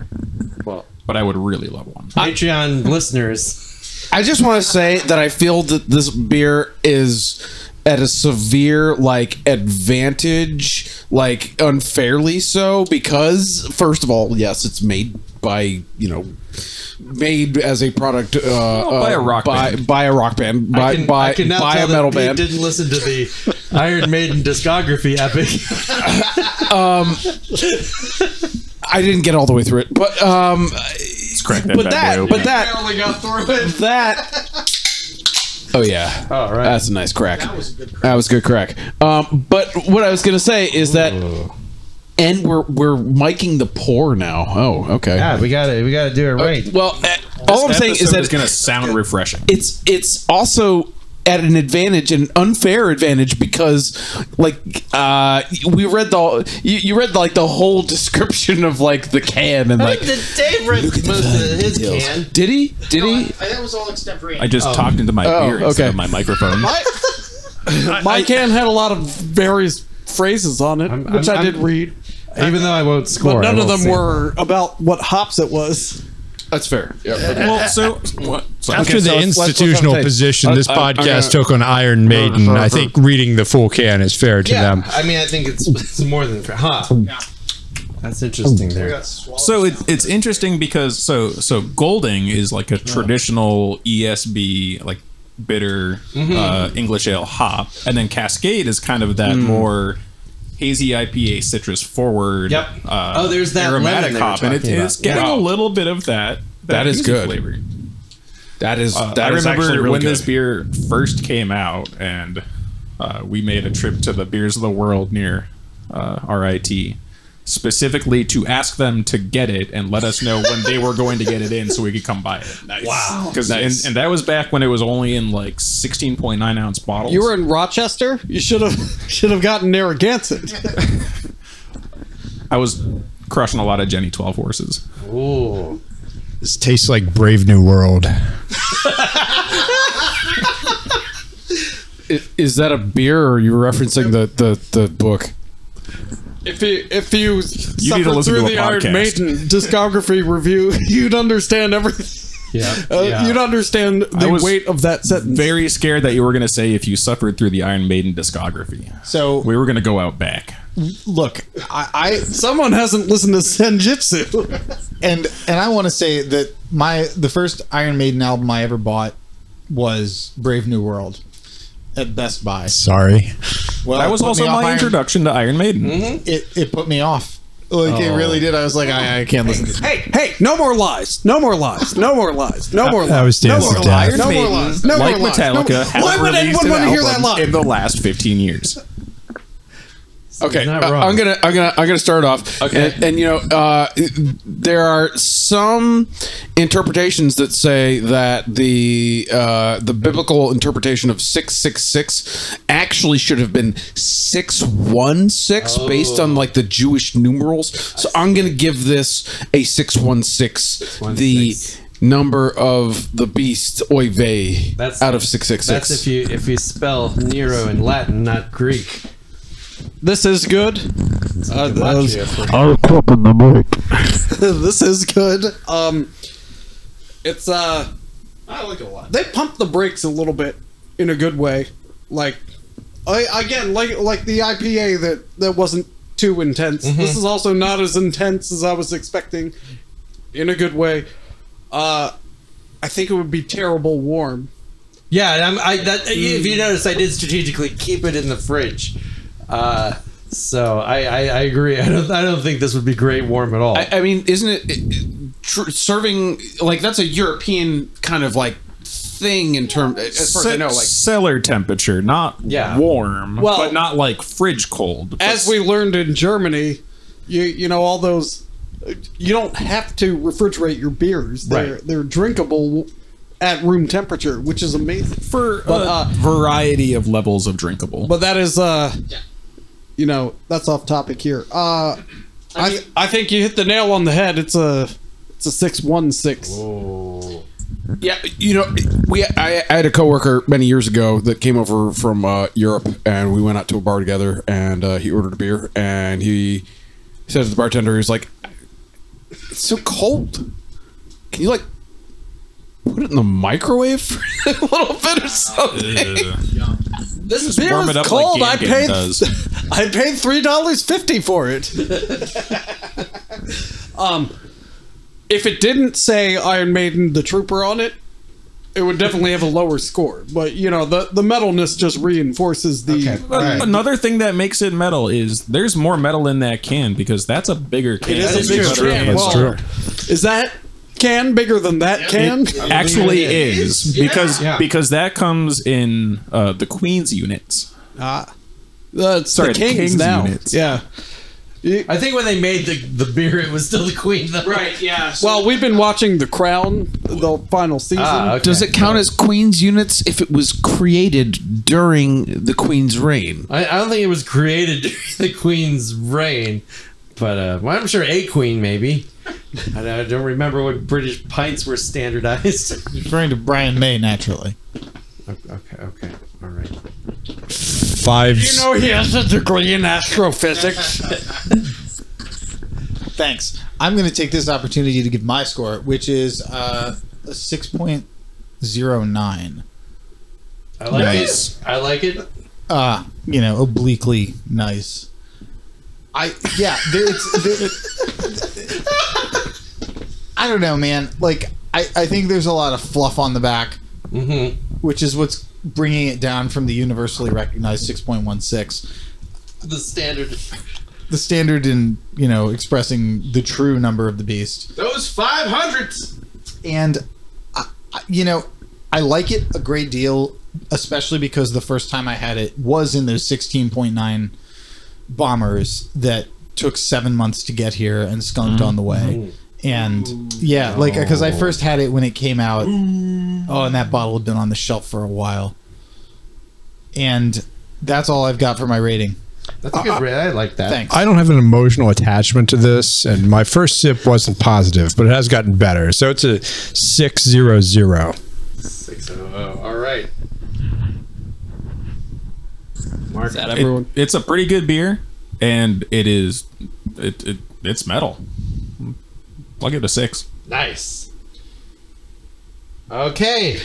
Well, but I would really love one.
Patreon listeners,
I just want to say that I feel that this beer is at a severe like advantage, like unfairly so, because first of all, yes, it's made by you know made as a product uh,
by a
uh,
rock
by,
band.
by a rock band by
I can,
by,
I can now
by
tell
a metal
that Pete
band.
didn't listen to the Iron Maiden discography epic.
I didn't get all the way through it, but um,
Let's crack
but
bad boy
that
open.
but that
only got through it.
that. Oh yeah.
All right.
That's a nice crack. That was a good crack. Um, but what I was gonna say is that, and we're we're miking the pour now. Oh, okay.
Yeah, we got to we got to do it right.
Well, uh, all I'm saying is
Episode
that
gonna sound refreshing.
it's it's also at an advantage an unfair advantage because like uh we read the you, you read like the whole description of like the can and like
the Dave read most of his can.
did he did he
That was all except for
I just talked into my
Oh,
ear instead
okay.
of my microphone.
My can had a lot of various phrases on it, which I did read,
Even though I won't
but
score, I
none of
will
them
say-
were about what hops it was.
that's fair yeah
well, so what? So
After
so
the
let's- let's- let's
institutional
have a taste.
position this
Uh, uh,
podcast
uh,
took on Iron Maiden, I think reading the full can is fair to
Yeah,
them.
I mean, I think it's, it's more than fair. Huh? That's interesting. There.
so it, it's interesting because so so Golding is like a traditional ESB like bitter uh, English ale hop, and then Cascade is kind of that more hazy IPA citrus forward.
Yep.
Uh,
Oh, there's that lemon
aromatic
they were
hop, and it,
talking
it's
about.
getting
Yeah.
a little bit of that. That
is
hazy
good.
Flavor.
that is
Uh,
that
I
is
remember
actually really
when
good.
this beer first came out, and uh, we made a trip to the Beers of the World near uh, RIT specifically to ask them to get it and let us know when they were going to get it in so we could come buy it. Nice. Wow. And, and that was back when it was only in like 16.9 ounce bottles.
You were in Rochester. You should have should have gotten Narragansett.
I was crushing a lot of Jenny 12 horses.
Ooh.
This tastes like Brave New World.
I- is that a beer or are you referencing the the, the book
If you if you,
need to
suffered
listen
through
to a
the Iron
podcast.
Maiden discography review, you'd understand everything.
Yeah.
Uh,
yeah.
You'd understand the
was
weight of that sentence.
Very scared that you were going to say if you suffered through the Iron Maiden discography.
So
We were going to go out back.
look, I, I
Someone hasn't listened to Senjutsu.
and and I want to say that my the first Iron Maiden album I ever bought was Brave New World at Best Buy.
Sorry.
Well,
That
it
was
put me
also
off
my
Iron- Mm-hmm.
introduction to Iron Maiden.
It it put me off. Like it really
Oh.
did. I was like, I, I can't listen to this.
hey, hey, no more lies. No more lies. No more lies. No more lies.
That was
no
Dance
more
of
lies.
Death.
No more
Maiden,
lies. No
like
more lies.
Metallica,
No more-
have
Why would
released
anyone
an
want to hear that
album
lie?
in the last 15 years?
Okay,
not
uh,
wrong.
I'm gonna I'm gonna I'm gonna start off.
Okay.
and, and, you know uh, there are some interpretations that say that the uh, the biblical interpretation of six six six actually should have been six one six based on like the Jewish numerals. So I'm gonna give this a six one six. The number of the beast oy vey
That's-
out of six six
That's
six.
if you if you spell Nero in Latin, not Greek.
This is good. Uh,
this is good. Um, it's uh,
I like it a lot.
they pumped the brakes a little bit in a good way. Like, I, again, like like the IPA that that wasn't too intense. This is also not as intense as I was expecting, in a good way. Uh, I think it would be terrible warm.
Yeah, and I'm, I that if
Mm.
you notice, I did strategically keep it in the fridge. Uh, so I, I, I agree. I don't I don't think this would be great warm at all.
I, I mean, isn't it, it tr- serving like that's a European kind of like thing in terms as far as I know, like
cellar temperature, not
Yeah.
warm,
Well-
but not like fridge cold.
As we learned in Germany, you you know all those. You don't have to refrigerate your beers. They're
Right.
they're drinkable at room temperature, which is amazing.
for
But,
a
uh,
variety of levels of drinkable.
But that is uh you know, that's off topic here. Uh I th- I think you hit the nail on the head. It's a it's a 616.
yeah, you know, we I, I had a coworker many years ago that came over from uh, Europe, and we went out to a bar together, and uh, he ordered a beer, and he said to the bartender, he was like, "It's so cold. Can you like put it in the microwave for a little bit or something?"
This beer
warm
is
it up
cold.
like
I
Gangan
paid
does.
I paid $3.50 for it. um if it didn't say Iron Maiden the Trooper on it, it would definitely have a lower score. But you know, the the metalness just reinforces the
Another thing that makes it metal is there's more metal in that can because that's a bigger can.
is a
It's
bigger
better
can.
than
Well,
it's
true. Is that can bigger than that can?
actually is, because because that comes in uh, the queen's units.
That's
Sorry,
Uh, the kings,
King's
now.
units.
Yeah.
I think when they made the, the beer, it was still the queen. Though.
Right, yeah. So
Well, we've been watching The Crown, the final season.
Ah, okay.
Does it count as Queen's units if it was created during the Queen's reign?
I, I don't think it was created during the queen's reign, but uh, well, I'm sure a queen maybe. I don't, I don't remember what British pints were standardized.
Referring to Brian May, naturally.
okay, okay, all right.
Five.
he has a degree in astrophysics.
Thanks. I'm going to take this opportunity to give my score, which is uh, a 6.09.
I like
Nice.
it. I like it.
Uh, you know, obliquely nice. I, yeah, there, it's. There, I don't know, man. Like, I, I think there's a lot of fluff on the back,
Mm-hmm.
which is what's bringing it down from the universally recognized 6.16.
The standard.
the standard in you know expressing the true number of the beast
Those 500s!
and I, I- you know i like it a great deal especially because the first time i had it was in those 16.9 bombers that took seven months to get here and skunked on the
Mm-hmm.
way and yeah like
Oh.
because i first had it when it came out oh and that bottle had been on the shelf for a while and that's all i've got for my rating
That's a good. ra- I like that.
thanks
I don't have an emotional attachment to this, and my first sip wasn't positive, but it has gotten better. So it's a six zero zero.
Six oh oh. All right.
Mark that everyone. it's a pretty good beer, and it is it, it it's metal. I'll give it a six.
Nice. Okay.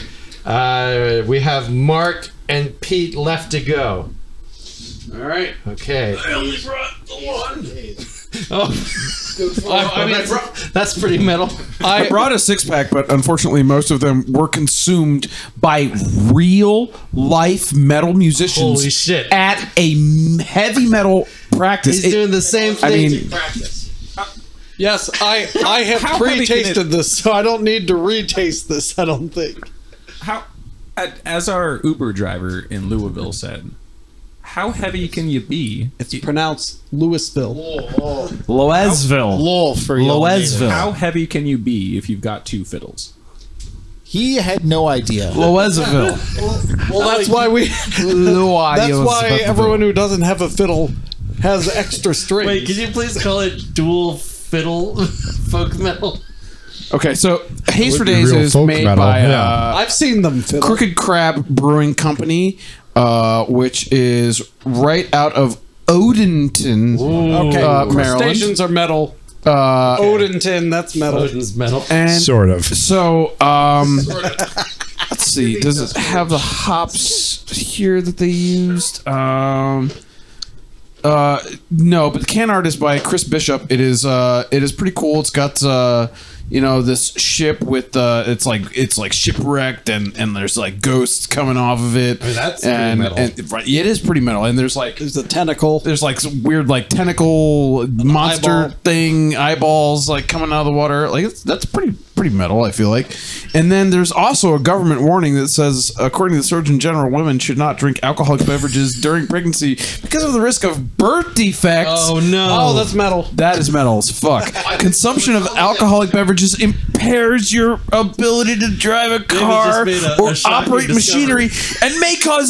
Uh, we have Mark and Pete left to go. All right. Okay. I only brought the one. oh. I, I mean, that's, that's pretty metal.
I brought a six pack, but unfortunately, most of them were consumed by real life metal musicians.
Holy shit.
At a m- heavy metal practice.
He's
It-
doing the same thing.
I mean,
practice.
yes, I I have
How heavy can
pre-tasted this, so I don't need to retaste this. I don't think.
How, as our Uber driver in Louisville said, How heavy can you be?
It's pronounced Louisville.
Loesville.
Lol for you.
How
Loesville.
heavy can you be if you've got two fiddles?
He had no idea.
Loesville.
Well, that's why we. That's why everyone who doesn't have a fiddle has extra strings.
Wait, can you please call it dual fiddle folk metal?
Okay, so
Haze for
Would be
Days
real
is
folk
made
metal,
by
yeah.
uh,
I've seen them fiddle.
Crooked Crab Brewing Company, uh, which is right out of Odenton,
Okay,
uh, Maryland.
crustaceans are metal.
Uh,
Odenton, that's metal.
Odin's metal.
and
Sort of.
so, um, let's see. Does it have the hops here that they used? Um, uh, no, but the can art is by Chris Bishop. It is uh, it is pretty cool. It's got uh, you know, this ship with uh, it's like it's like shipwrecked and and there's like ghosts coming off of it.
that's pretty
and,
metal.
and- right, it is pretty metal. And there's like
There's a tentacle.
there's like some weird like tentacle monster
eyeball.
thing eyeballs like coming out of the water like it's, that's pretty pretty metal i feel like and then there's also a government warning that says according to the surgeon general women should not drink alcoholic beverages during pregnancy because of the risk of birth defects
Oh no!
Oh, that's metal.
that is metal as fuck. Consumption of alcoholic beverages impairs your ability to drive a car
made a-
or
a shocking
operate
discovery.
machinery and may cause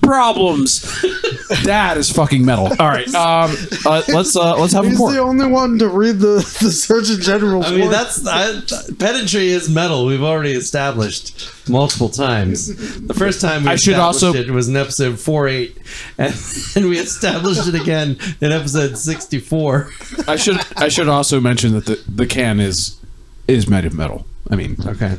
problems. that is fucking metal. All right, um, uh, let's uh, let's have a
He's
pour.
the only one to read the, the Surgeon General's
I mean,
work.
that's I, pedantry is metal. We've already established multiple times. The first time we
I should
established
also-
it was in episode four eight, and, and we established it again in episode sixty four.
I should I should also mention that the, the can is is made of metal. I mean,
Okay,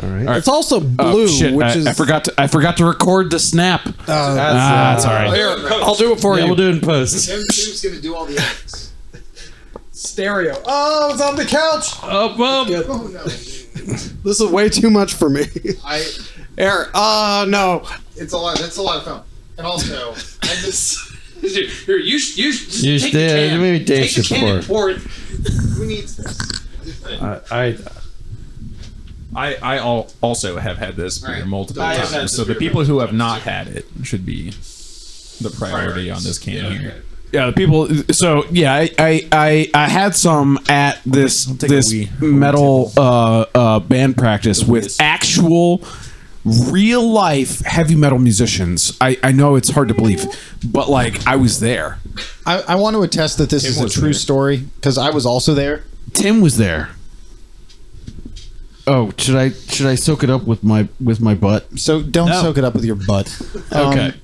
it's also
oh,
blue,
shit,
which
I,
is. Oh,
I forgot to I forgot to record the snap. ah,
that's,
uh,
it's all right.
I'll do it for
yeah,
you.
we'll do it in post.
Who's gonna do all the acts?
Stereo. Oh, it's on the couch.
Oh no!
This is way too much for me.
I.
Eric. Ah, no.
It's a lot. That's a lot of fun. And also, I miss.
Here, you, sh- you sh- just
You
take
sh- yeah,
the can.
maybe Dave
take the
should
can
pour
and
it.
pour it.
Who needs this?
I
I, I al- also have had this beer
All right.
multiple
I have had
times,
this
so the
beer
people who have not had it should be the priority on this can here.
Yeah, the people. So yeah, I I I, I had some at this this
wee-
metal uh, uh, band practice with actual real life heavy metal musicians. I I know it's hard to believe, but like I was there.
I, I want to attest that this is a
was
true
there.
story because I was also there.
Tim was there. Oh, should I should I soak it up with my with my butt?
So don't soak it up with your butt.
Um,
okay.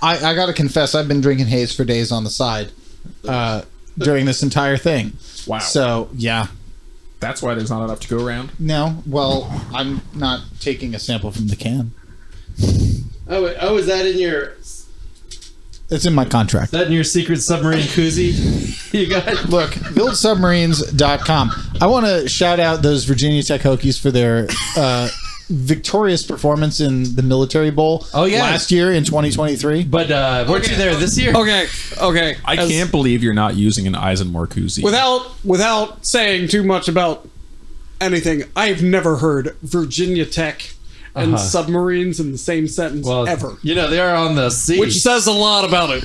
I, I got to confess, I've been drinking haze for days on the side uh, during this entire thing.
Wow.
So yeah,
That's why there's not enough to go around.
no. Well, I'm not taking a sample from the can.
oh wait, oh is that in your is
It's in my contract.
that in your secret submarine koozie? You got
Look, buildsubmarines.com. I want to shout out those Virginia Tech Hokies for their uh, victorious performance in the Military Bowl.
Oh, yeah.
last year in 2023.
but uh, weren't you there this year?
Okay, okay.
I can't believe you're not using an Eisenmore koozie.
Without without saying too much about anything, I've never heard Virginia Tech and
Uh-huh.
submarines in the same sentence ever.
you know they are on the sea,
Which says a lot about it.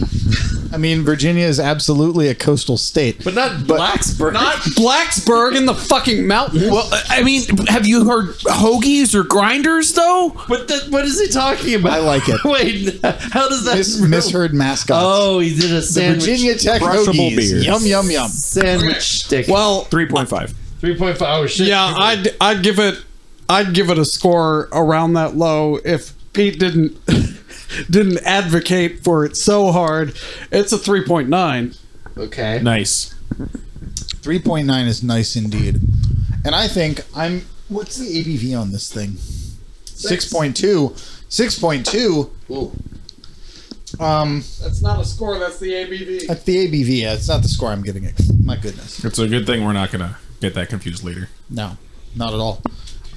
I mean, Virginia is absolutely a coastal state.
but not Blacksburg.
Not Blacksburg in the fucking mountains.
Well, I mean, have you heard hoagies or grinders though?
What the, what is he talking about?
I like it.
Wait, how does that
Mis- misheard mascots.
Oh, he did a
the
sandwich.
Virginia Tech
Crushable
Hokies.
beer.
Yum yum yum.
sandwich stick.
Well,
Three point five.
three point five. Oh shit.
yeah, I'd I'd give it I'd give it a score around that low if Pete didn't didn't advocate for it so hard. It's a three point nine.
Okay.
Nice.
Three point nine is nice indeed. And I think I'm. What's the ABV on this thing? Six point two. Six point two. Um,
That's not a score. That's the ABV.
that's the ABV. Yeah, it's not the score I'm getting. It. My goodness.
It's a good thing we're not gonna get that confused later.
No, not at all.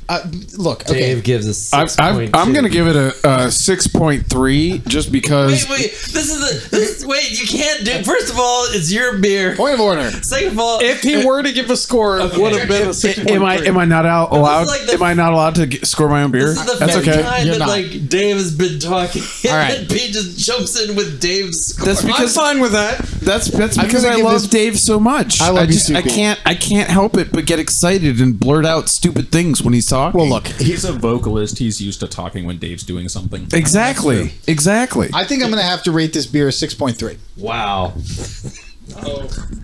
Uh, look, okay.
Dave gives us.
I'm, I'm, I'm gonna give it a, a 6.3 just because
Wait, wait. This is a. This is, wait, you can't do. First of all, it's your beer.
Point of order.
Second of all,
If he were to give a score, it would have been a six.
Am I am I not out allowed?
like the-
am I not allowed to get, score my own beer?
This is the
That's
fifth
okay.
time
You're
that
not.
like Dave has been talking,
All right.
and Pete just jumps in with Dave's score.
That's because
fine with that.
that's that's
I'm
because
gonna
I
give
love
this-
Dave so much.
I love you
just
too,
I
Pete.
can't I can't help it but get excited and blurt out stupid things when he's talking.
Well, look,
He's a vocalist. He's used to talking when Dave's doing something.
Exactly. Exactly. I,
I think I'm going to have to rate this beer a 6.3.
wow.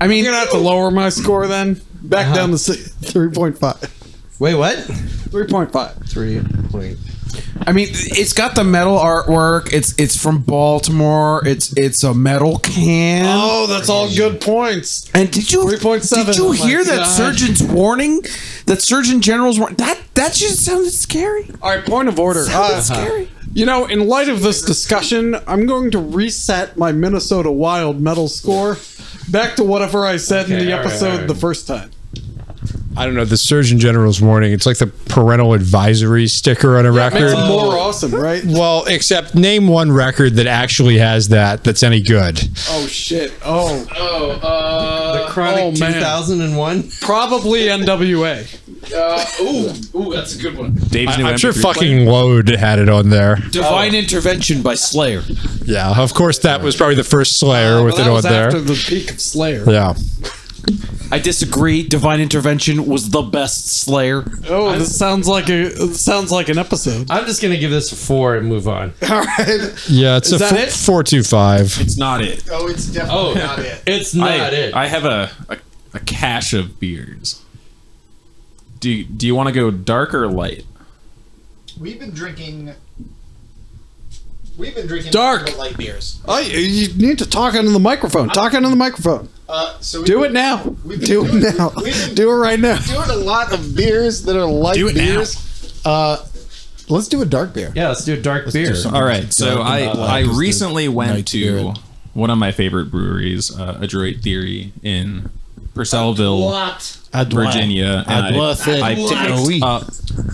mean,
You're gonna have to lower my score then, back down to three point five.
Wait, what?
Three point five.
Three point.
I mean, it's got the metal artwork. It's it's from Baltimore. It's it's a metal can.
Oh, that's all good points.
And did you
3.7.
Did you
Oh my
hear that
God.
surgeon's warning? That surgeon general's warning. That that just sounded scary.
All right, point of order.
Sounded
Uh,
scary.
you know, in light of this discussion, I'm going to reset my Minnesota Wild metal score back to whatever I said in the episode the first time.
I don't know. The Surgeon General's warning. It's like the parental advisory sticker on a
Makes
record.
it more awesome, right?
Well, except name one record that actually has that that's any good.
Oh shit! Oh,
Oh, uh,
Chronic
oh, man.
2001.
probably NWA.
ooh, ooh, that's a good one.
Dave's
I, am sure fucking Load had it on there.
Divine intervention by Slayer.
Yeah, of course that was probably the first Slayer
Well,
with
that
it on
was
there.
after the peak of Slayer.
yeah.
I disagree. Divine intervention was the best Slayer.
Oh, this sounds like a this sounds like an episode.
I'm just gonna give this a four and move on.
Yeah, it's a
that
fo-
it?
425.
It's not it.
Oh, it's definitely not it.
It's not it.
I have a, a a cache of beers. Do you, do you want to go dark or light?
We've been drinking. We've been drinking
Dark.
the light beers.
I, you need to talk into the microphone. Talk into the microphone.
Uh, so we've
Do
been-
it now.
We've been
Do
doing-
it now.
we've been-
Do it right now.
Doing a lot of beers that are light
Do it now.
beers.
Uh, let's do a dark beer.
yeah, let's do a dark beer.
All right. So
Dark
I
and black
I
is the
recently went
night
to
spirit.
one of my favorite breweries, uh, Adroit Theory in Purcellville,
What?
Virginia. And I,
Adroit Theory.
I picked up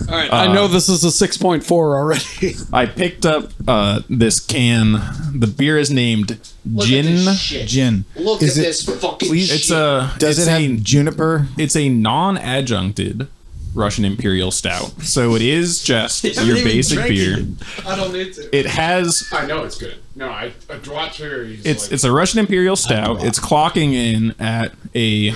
I know this is a six point four already.
I picked up uh, this can. The beer is named
Look at
Gin.
this shit.
Gin.
Look
Is
at
it-
this fucking
It's
shit.
a
Does
it's
it
a-
have juniper?
it's a non-adjuncted Russian Imperial Stout. So it is just your
even
basic
drank
beer.
I don't need to.
It has
I know it's good. No, I a draw cherries.
it's it's a Russian Imperial Stout. It's clocking in at a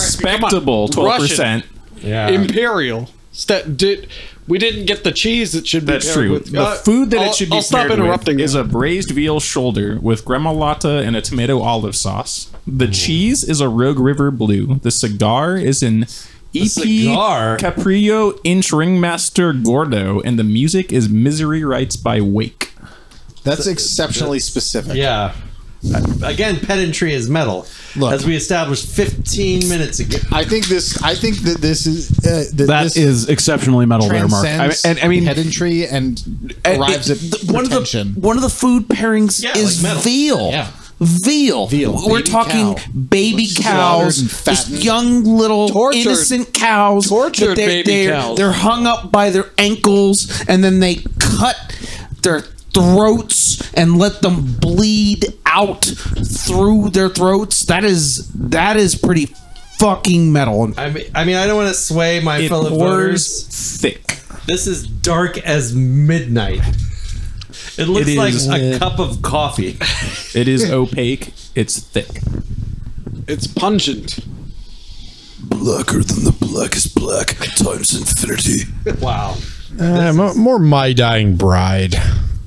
respectable twelve percent.
Yeah.
Imperial. St- did we didn't get the cheese that should be
That's
paired
true.
with-
the
Uh,
food that
I'll,
it should be
I'll stop
paired
interrupting.
with
you.
is a braised veal shoulder with gremolata and a tomato olive sauce. The
Mm.
cheese is a Rogue River Blue. The cigar is an EP
cigar?
Caprillo Inch Ringmaster Gordo, and the music is Misery Rites by Wake.
That's exceptionally specific.
Yeah. Again, pedantry is metal,
Look.
as we established 15 minutes ago.
I think this. I think that this is uh, that,
That is
this
exceptionally metal there, Mark. I mean,
transcends
and I mean,
pedantry and
eh,
and
arrives
it-
at
the- one of the one of the food pairings
Yeah,
is
like metal.
veal.
Yeah.
Veal.
Veal.
We're
Baby
talking
cow.
baby
Slaughtered
cows,
and
just
fattened.
young little
Tortured-
innocent cows. that
tortured
they're,
baby
they're,
cows.
They're hung up by their ankles, and then they cut their throats and let them bleed out through their throats. That is that is pretty fucking metal.
I mean, I mean, I don't want to sway my
It
fellow
pours
voters.
thick.
This is dark as midnight. It looks
It
like
is.
a cup of coffee.
It is opaque. It's thick.
it's pungent.
Blacker than the blackest black times infinity.
Wow.
Eh, mo- more My Dying Bride.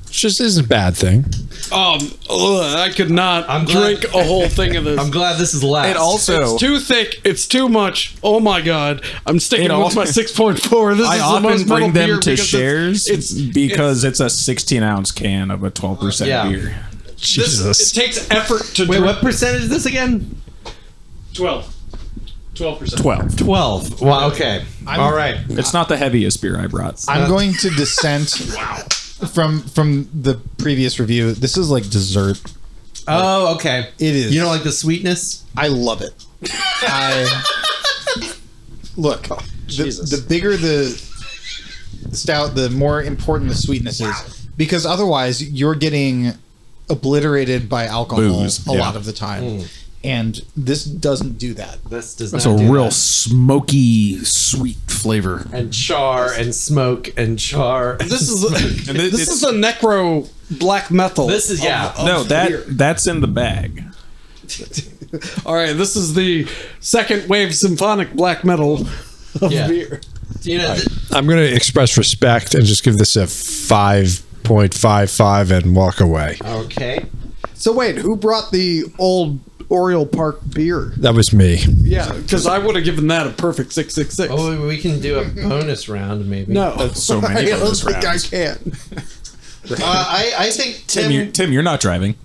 Which just isn't a bad thing.
Um, ugh, I could not
I'm glad-
drink a whole thing of this.
I'm glad this is last.
It also
it's too thick. It's too much. Oh my god! I'm sticking
It
with
also-
my 6.4. This
I
is
often
the most metal
bring them
beer
to
because
shares
It's, it's
because it's, a 16 ounce can of a 12 percent
Yeah.
beer.
this,
Jesus.
It takes effort to
Wait,
drink.
what percentage is this again?
12. 12%.
12.
12. Wow, okay. All right.
It's not the heaviest beer I brought.
I'm going to dissent from from the previous review. This is like dessert.
Oh, okay.
It is.
You don't like the sweetness?
I love it. I look. The, the bigger the the stout, the more important the sweetness is, because otherwise you're getting obliterated by alcohol
Booze,
a
yeah.
lot of the time, and this doesn't do that.
This does
That's a
not do
real
that.
smoky, sweet flavor.
and char and smoke and char.
This is a,
And it-
this
it's-
is a necro black metal.
This is yeah.
no, that
beer.
that's in the bag.
All right, this is the second wave symphonic black metal of
Yeah.
beer.
You know, th-
I'm going to express respect and just give this a 5.55 and walk away.
okay.
So wait, who brought the old Oriole Park beer?
That was me.
Yeah, because I would have given that a perfect six six six.
Oh, we can do a bonus round maybe.
No,
so many
I don't
bonus
think I
rounds.
can.
Uh, I, I think
Tim, you're,
Tim,
Tim, you're not driving.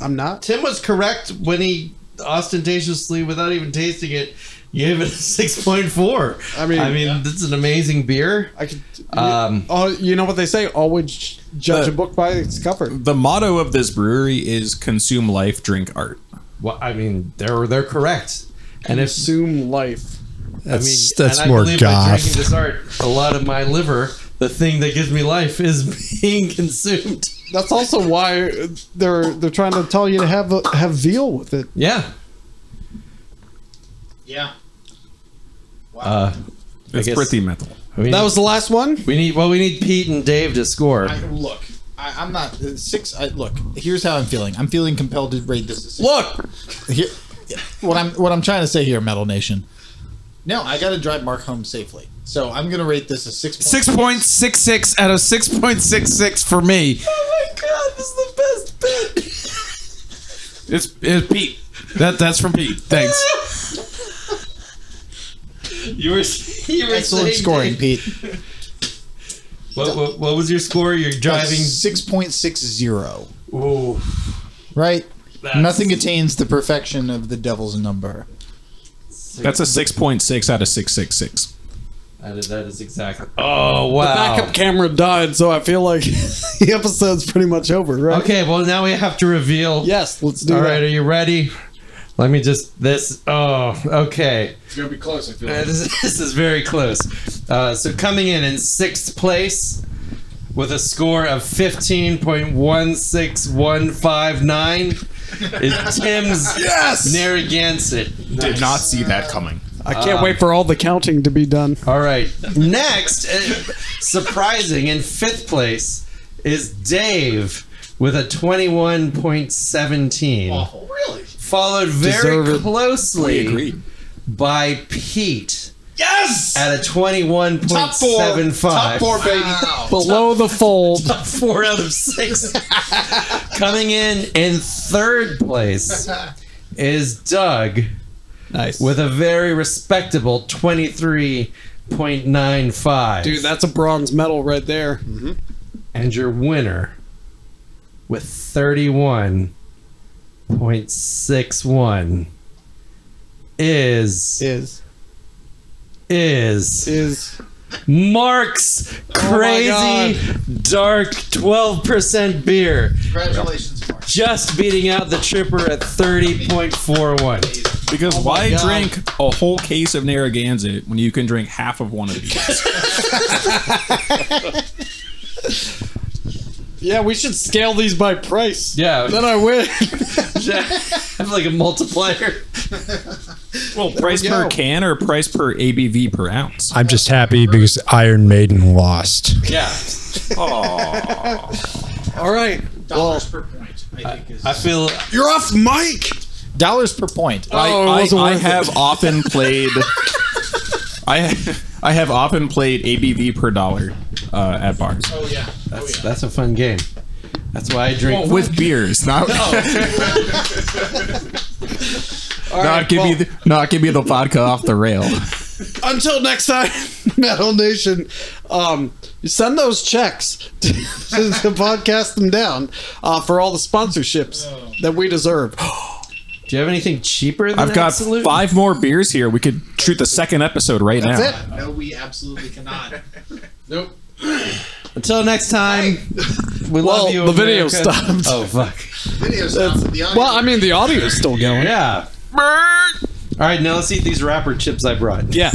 I'm not.
Tim was correct when he ostentatiously, without even tasting it, gave it a six point four.
I mean-
I mean, this is an amazing beer.
I could.
Um,
oh, you know what they say: always judge a book by its cover.
The motto of this brewery is consume life, drink art.
Well, I mean, they're they're correct, and if
Assume life.
I mean,
That's, that's
and I
more
believe By
goth.
drinking this art, a lot of my liver, the thing that gives me life, is being consumed.
That's also why they're they're trying to tell you to have a, have veal with it.
Yeah,
yeah.
uh,
It's
guess-
pretty metal.
That
we, need,
was the last one.
we need well, we need Pete and Dave to score.
I, look, I, I'm not uh, six. I, look, here's how I'm feeling. I'm feeling compelled to rate this. A six.
Look,
Here, what I'm what I'm trying to say here, Metal Nation. No, I got to drive Mark home safely, so I'm gonna rate this a six. point-
Six point six six out of six point six six for me.
oh my god, this is the best bit.
It's, it's Pete. That that's from Pete. Thanks.
You were you were
Excellent
saying,
scoring,
Dave,
Pete.
What, what, what was your score? You're driving.
six point six zero.
Ooh,
Right.
That's-
Nothing attains the perfection of the devil's number.
That's a six point six out of six six six.
that is, that is exactly. Oh wow.
backup camera died, so I feel like the episode's pretty much over, right?
Okay, well now we have to reveal.
Yes, let's do
All
that.
right, are you ready? Let me just this. Oh, okay.
It's gonna be close. I feel.
Uh, This, this is very close. Uh, so coming in in sixth place with a score of fifteen point one six one five nine is Tim's Narragansett.
Did not see that coming.
I can't
Um,
wait for all the counting to be done.
All right. Next, uh, surprising in fifth place is Dave with a twenty one point seventeen.
Awful. Oh, Really?
followed very
Deserve it.
closely by Pete. Yes! At a 21.75. Top
Top four, baby. Wow.
Below the fold,
Four out of six. Coming in in third place is Doug
Nice.
with a very respectable 23.95.
dude, that's a bronze medal right there.
and your winner with 31.61 is
Is
is
is
Mark's
my
crazy dark 12% beer
Congratulations, Mark.
just beating out the tripper at 30.41.
Because why
God.
drink a whole case of Narragansett when you can drink half of one of these?
yeah. We should scale these by price.
Yeah,
Then I win.
I'm like a multiplier.
well, price
we go.
per can or price per ABV per ounce?
I'm just happy because Iron Maiden lost.
Yeah.
all right. Well,
Dollars per point, I think is.
I feel
You're off mic.
Dollars per point.
I,
Oh, it
I,
wasn't
I
worth it.
have often played. I I have often played ABV per dollar uh, at bars
oh yeah. Oh yeah.
that's a fun game. That's why I drink
with beers, not
all
not
right,
give me
well,
the, not give me the vodka off the rail.
until next time, Metal Nation. Um, send those checks to, to podcast them down uh, for all the sponsorships that we deserve.
Do you have anything cheaper than
I've got
Absolute?
five more beers here. We could shoot the second episode right now.
No, we absolutely cannot.
Nope.
Until next time, we
Well,
love you.
the video
America.
stopped.
Oh fuck.
Video's down for the audience.
Well, I mean, the audio's still going.
Yeah. All right, now let's eat these wrapper chips I brought.
Yeah.